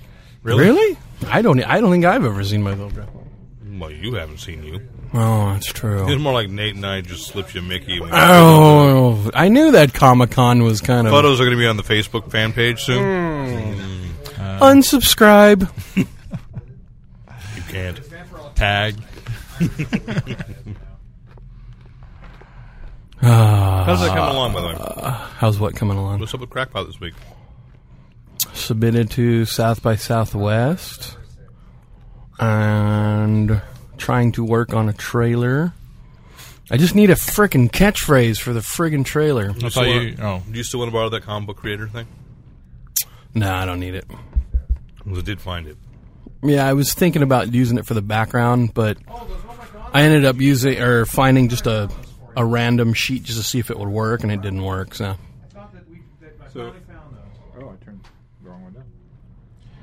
Really? I don't. e, I don't think I've ever seen myself. dress like well, you haven't seen you. that. Oh, that's It's true. more like Nate and I just slipped you a Mickey. and we- Oh, I knew that Comic Con was kind of Photos are going to be on the Facebook fan page soon. Mm. unsubscribe. You can't. Tag. How's that Ah. coming along, by the way? How's what coming along? What's up with Crackpot this week? Submitted to South by Southwest, and trying to work on a trailer. I just need a frickin' catchphrase for the friggin' trailer. I So thought you. what- Oh, Do you still want to borrow that comic book creator thing? No, I don't need it. Because I did find it. Yeah, I was thinking about using it for the background, but I ended up using or finding just a a random sheet just to see if it would work, and it didn't work. So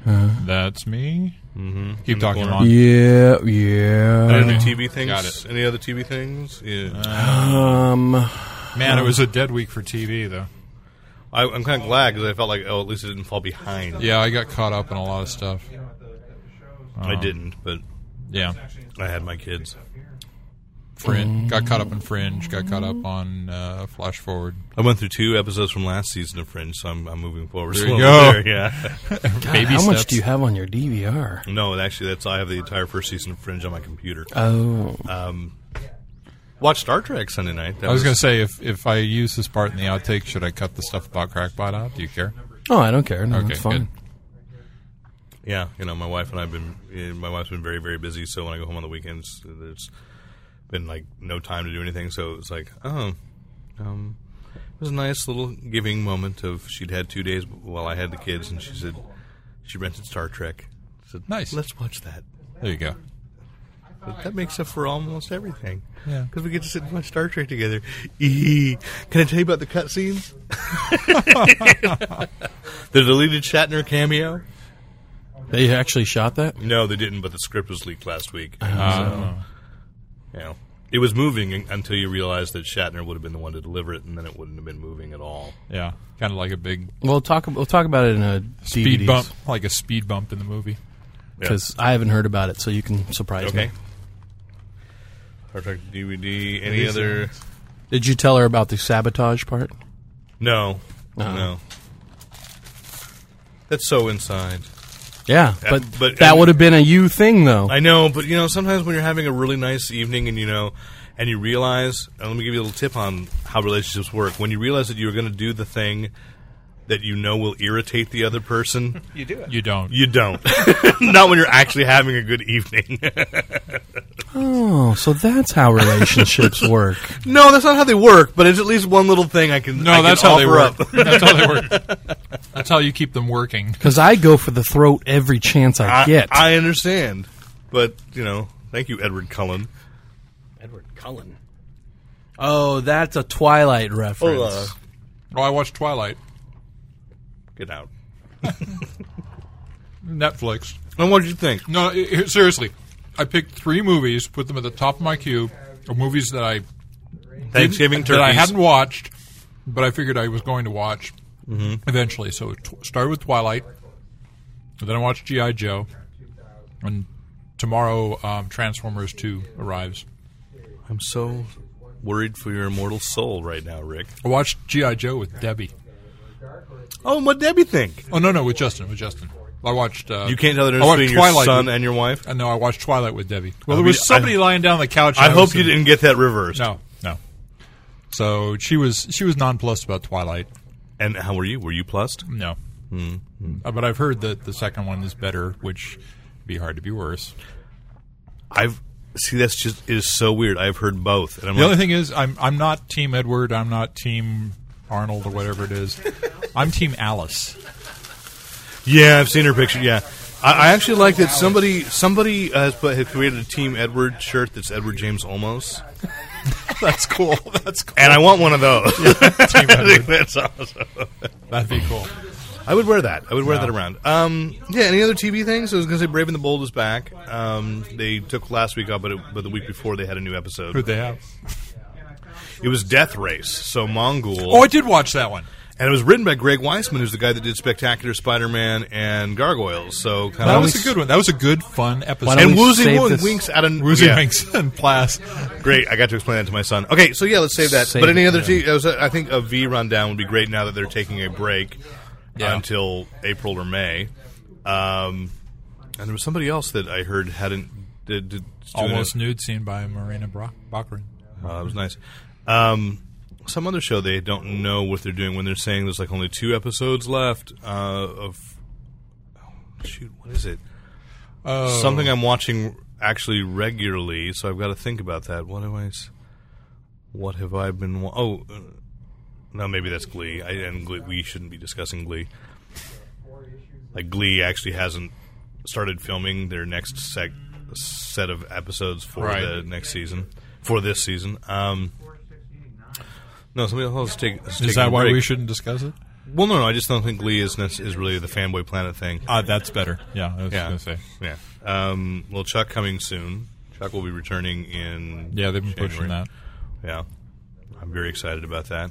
that's me. Mm-hmm. Keep talking. Lon. yeah, yeah. Any other TV things? Got it. Any other TV things? Yeah. Um, Man, it was a dead week for TV, though. I, I'm kind of glad because I felt like, oh, at least it didn't fall behind. Yeah, I got caught up in a lot of stuff. I didn't, but Yeah, I had my kids. Fringe. Got caught up in Fringe. Got caught up on uh, Flash Forward. I went through two episodes from last season of Fringe, so I'm, I'm moving forward. There you slowly go. there, yeah. Baby How steps. much do you have on your DVR? no, actually, that's I have the entire first season of Fringe on my computer. Oh, Watch Star Trek Sunday night. That I was going to say if if I use this part in the outtake, should I cut the stuff about crackpot out? Do you care? oh, I don't care. No, Okay, that's fine. good. yeah, you know, my wife and I've been eh, my wife's been very very busy. So when I go home on the weekends, there's been like no time to do anything. So it's like, oh, um, it was a nice little giving moment of she'd had two days while I had the kids, and she said she rented Star Trek. I said, Nice. Let's watch that. There you go. But that makes up for almost everything. Yeah. Because we get to sit and watch Star Trek together. Eee. Can I tell you about the cutscenes? the deleted Shatner cameo? They actually shot that. No, they didn't, but the script was leaked last week. Uh, yeah. It was moving un- until you realized that Shatner would have been the one to deliver it, and then it wouldn't have been moving at all. yeah, kind of like a big We'll talk. We'll talk about it in a speed bump, like a speed bump in the movie. because I haven't heard about it, so you can surprise Okay. me. Star Trek DVD, any other. Did you tell her about the sabotage part? No. Uh-uh. No. That's so inside. Yeah, Yeah, but, but- that would have been a you thing, though. I know, but you know, sometimes when you're having a really nice evening and you know, and you realize, and let me give you a little tip on how relationships work. When you realize that you're going to do the thing that you know will irritate the other person, You don't. you don't. Not when you're actually having a good evening. oh, so that's how relationships work. no, that's not how they work. But it's at least one little thing I can. I no, can that's how they offer work. up. that's how they work. That's how you keep them working. Because I go for the throat every chance I, I, get. I understand, but you know, thank you, Edward Cullen. Edward Cullen. Oh, that's a Twilight reference. uh, Oh, I watched Twilight. Get out. Netflix. And what did you think? No, i- i- seriously, I picked three movies, put them at the top of my queue, of movies that I Thanksgiving that I turkeys. hadn't watched, but I figured I was going to watch Mm-hmm. eventually. So it tw- started with Twilight, and then I watched GI Joe, and tomorrow um, Transformers Two arrives. I'm so worried for your immortal soul right now, Rick. I watched GI Joe with Debbie. Oh, what Debbie think? Oh no, no, with Justin, with Justin. I watched. Uh, You can't tell the I difference watched between your Twilight son with- and your wife. Uh, no, I watched Twilight with Debbie. Well, I'll there be- was somebody I- lying down on the couch. I and hope was you in- didn't get that reversed. No, no. So she was she was nonplussed about Twilight. And how were you? Were you plussed? No, Uh, but I've heard that the second one is better, which would be hard to be worse. I've see. That's just it is so weird. I've heard both, and I'm The like, only thing is, I'm I'm not Team Edward. I'm not Team Arnold or whatever it is. I'm Team Alice. yeah, I've seen her picture. Yeah, I, I actually like that somebody somebody has put has created a Team Edward shirt that's Edward James almost, That's cool. That's cool. and I want one of those. Team I think Edward. that's awesome. That'd be cool. I would wear that. I would wear Yeah. that around. Um, yeah. Any other TV things? I was going to say Brave and the Bold is back. Um, they took last week off, but, it, but the week before they had a new episode. Who'd they have? It was Death Race, so Mongol. Oh, I did watch that one. and it was written by Greg Weisman, who's the guy that did Spectacular Spider Man and Gargoyles. So kind That of. was a good one. That was a good, fun episode. don't and we Woozy save Wong this- winks at an Woozy yeah. Winks and Plas. Great, I got to explain that to my son. Okay, so yeah, let's save that. Save but any it, other? yeah. T- I was- I think a V rundown would be great now that they're taking a break Yeah. until April or May. Um, and there was somebody else that I heard hadn't did, did doing Almost it. nude scene by Marina Bro- Bachrin. Oh, that was nice. Um, some other show they don't know what they're doing when they're saying there's like only two episodes left uh, of. Oh, shoot, what is it? Oh. Something I'm watching actually regularly, so I've got to think about that. What have I? s- What have I been? Wa- oh, uh, no, maybe that's Glee. I, and Glee, we shouldn't be discussing Glee. Like Glee actually hasn't started filming their next sec- set of episodes for Right. the next season, for this season. Um, no, somebody else is taking. Is that why we shouldn't discuss it? Well, no, no. I just don't think Glee is nec- is really the fanboy planet thing. Uh, that's better. Yeah, I was Yeah. going to say. Yeah. Um, well, Chuck coming soon. Chuck will be returning in. Yeah, they've been January. pushing that. Yeah. I'm very excited about that.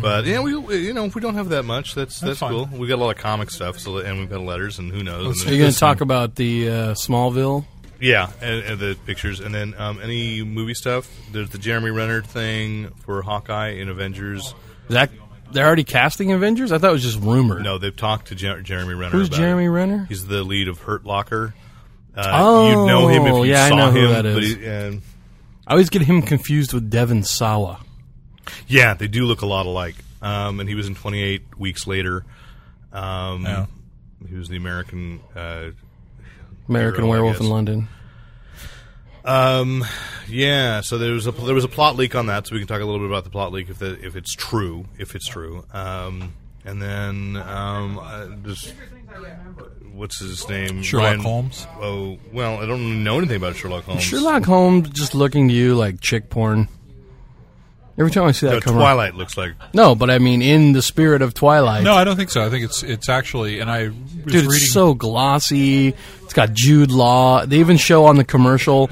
But yeah, we we- you know if we don't have that much, that's that's, fine. cool. We got a lot of comic stuff, so and we've got letters, and who knows? Are And you going then- to talk about the uh, Smallville? yeah, and, and the pictures, and then um, any movie stuff. There's the Jeremy Renner thing for Hawkeye in Avengers. Is that they're already casting Avengers? I thought it was just rumor. No, they've talked to Jer- Jeremy Renner. Who's about it. Jeremy Renner? He's the lead of Hurt Locker. Uh, Oh, you'd know him if you yeah, I saw know who him. that but is. he- and- I always get him confused with Devin Sawa. yeah, they do look a lot alike. Um, and he was in 28 weeks later. Um, Yeah. He was the American. Uh, American Hero, I Werewolf guess. in London. um, yeah, so there was a there was a plot leak on that, so we can talk a little bit about the plot leak if the, if it's true, if it's true. Um, and then um, uh, just what's his name? Sherlock Holmes? Oh well, I don't know anything about Sherlock Holmes. Sherlock Holmes just looking to you like chick porn. Every time I see that No, cover, Twilight looks like no, but I mean in the spirit of Twilight. No, I don't think so. I think it's it's actually, and I was Dude, reading. it's so glossy. It's got Jude Law. They even show on the commercial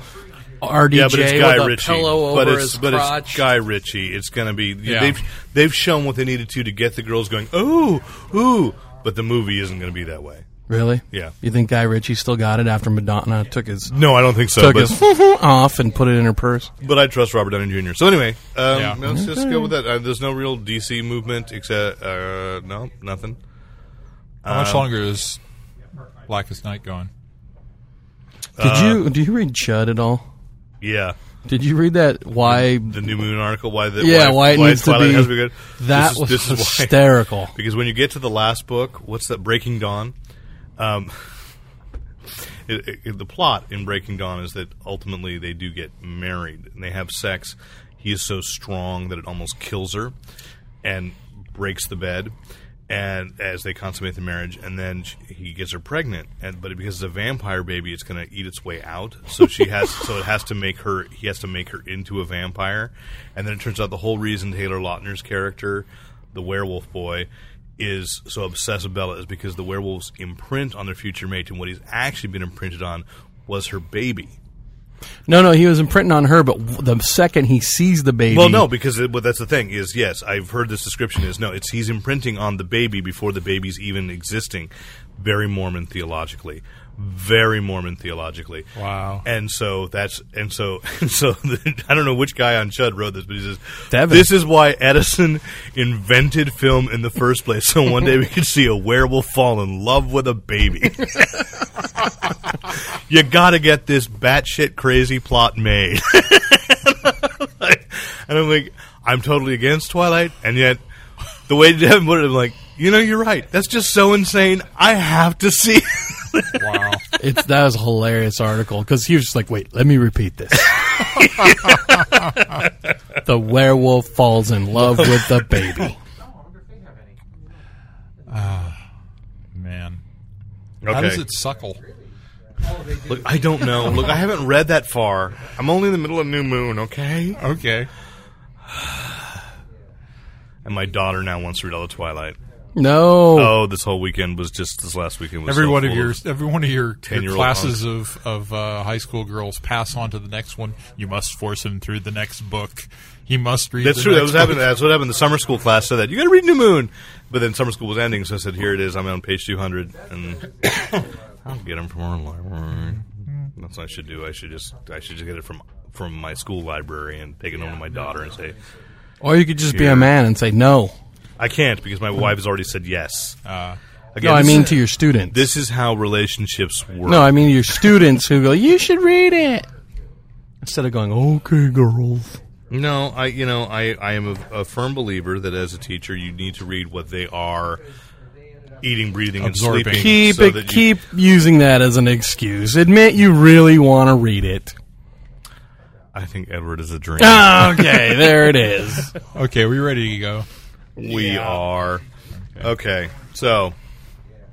RDJ yeah, but it's Guy with a Ritchie. pillow over but it's his but crotch. it's Guy Ritchie. It's going to be Yeah. they've they've shown what they needed to to get the girls going. Ooh, ooh, but the movie isn't going to be that way. really? Yeah. You think Guy Ritchie still got it after Madonna took his No, I don't think so. took But, his off and put it in her purse? but I trust Robert Downey Jr. So anyway, um, Yeah. let's just go with that. Uh, there's no real DC movement except uh, no nothing. how much longer is Blackest Night going? Did Uh, you do you read Chud at all? Yeah, Did you read that? Why? the New Moon article. Why the Yeah, why it needs to Twilight be- has good. That This is- was this is why. hysterical. Because when you get to the last book, what's that? Breaking Dawn. Um, it, it- it- the plot in Breaking Dawn is that ultimately they do get married and they have sex. He is so strong that it almost kills her and breaks the bed. And as they consummate the marriage, and then sh he gets her pregnant, and but because it's a vampire baby, it's going to eat its way out. So she has, so it has to make her. He has to make her into a vampire, and then it turns out the whole reason Taylor Lautner's character, the werewolf boy, is so obsessed with Bella is because the werewolf's imprint on their future mate and what he's actually been imprinted on was her baby. No, no, he was imprinting on her, but w- the second he sees the baby, Well, no, because it, well, that's the thing is yes, I've heard this description is no, it's he's imprinting on the baby before the baby's even existing. Very Mormon theologically, very Mormon theologically. Wow. And so that's and so and so the, I don't know which guy on Chud wrote this, but he says Devin. this is why Edison invented film in the first place, so one day we could see a werewolf fall in love with a baby. you got to get this batshit crazy plot made. and I'm like, I'm totally against Twilight, and yet the way Devin put it, I'm like, you know, you're right. That's just so insane. I have to see. it." Wow. It's, that was a hilarious article because he was just like, "Wait, let me repeat this." the werewolf falls in love with the baby. Man. How does okay, it suckle? look, I don't know. Look, I haven't read that far. I'm only in the middle of New Moon. Okay, Okay. and my daughter now wants to read all the Twilight. No, Oh, this whole weekend was just this last weekend was Every so one of full your every one of your, your 10-year-old classes of of uh, high school girls pass on to the next one. You must force him through the next book. He must read. That's the true. That next was happening. book. That's what happened. The summer school class said that you got to read New Moon, but then summer school was ending, so I said, "Here it is. I'm on page 200, and I'll get them from our library." That's what I should do. I should just I should just get it from from my school library and take it home to my daughter and say, or you could just be a man and say no. "I can't because my wife has already said yes." Mm-hmm. Uh, Again, No, I this mean is- to your students. this is how relationships work. no, I mean your students who go, "You should read it," instead of going, "Okay, girls." No, I you know I I am a, a firm believer that as a teacher you need to read what they are eating, breathing, Absorbing. and sleeping. Keep so it, that you- keep using that as an excuse. Admit you really want to read it. I think Edward is a dream. Okay, there it is. okay, we ready to go. We are okay. So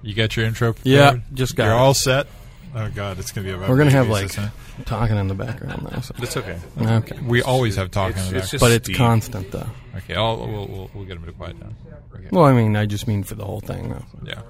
You got your intro? Yeah, prepared? just got You're it. all set. Oh God, it's gonna be about. We're gonna have babies, like isn't it? talking in the background now. So. it's okay. Okay, we always have talking. It's, in the it's back. just but it's Steve. constant though. okay, I'll, we'll, we'll we'll get him to quiet down. Okay. Well, I mean, I just mean for the whole thing though. Yeah.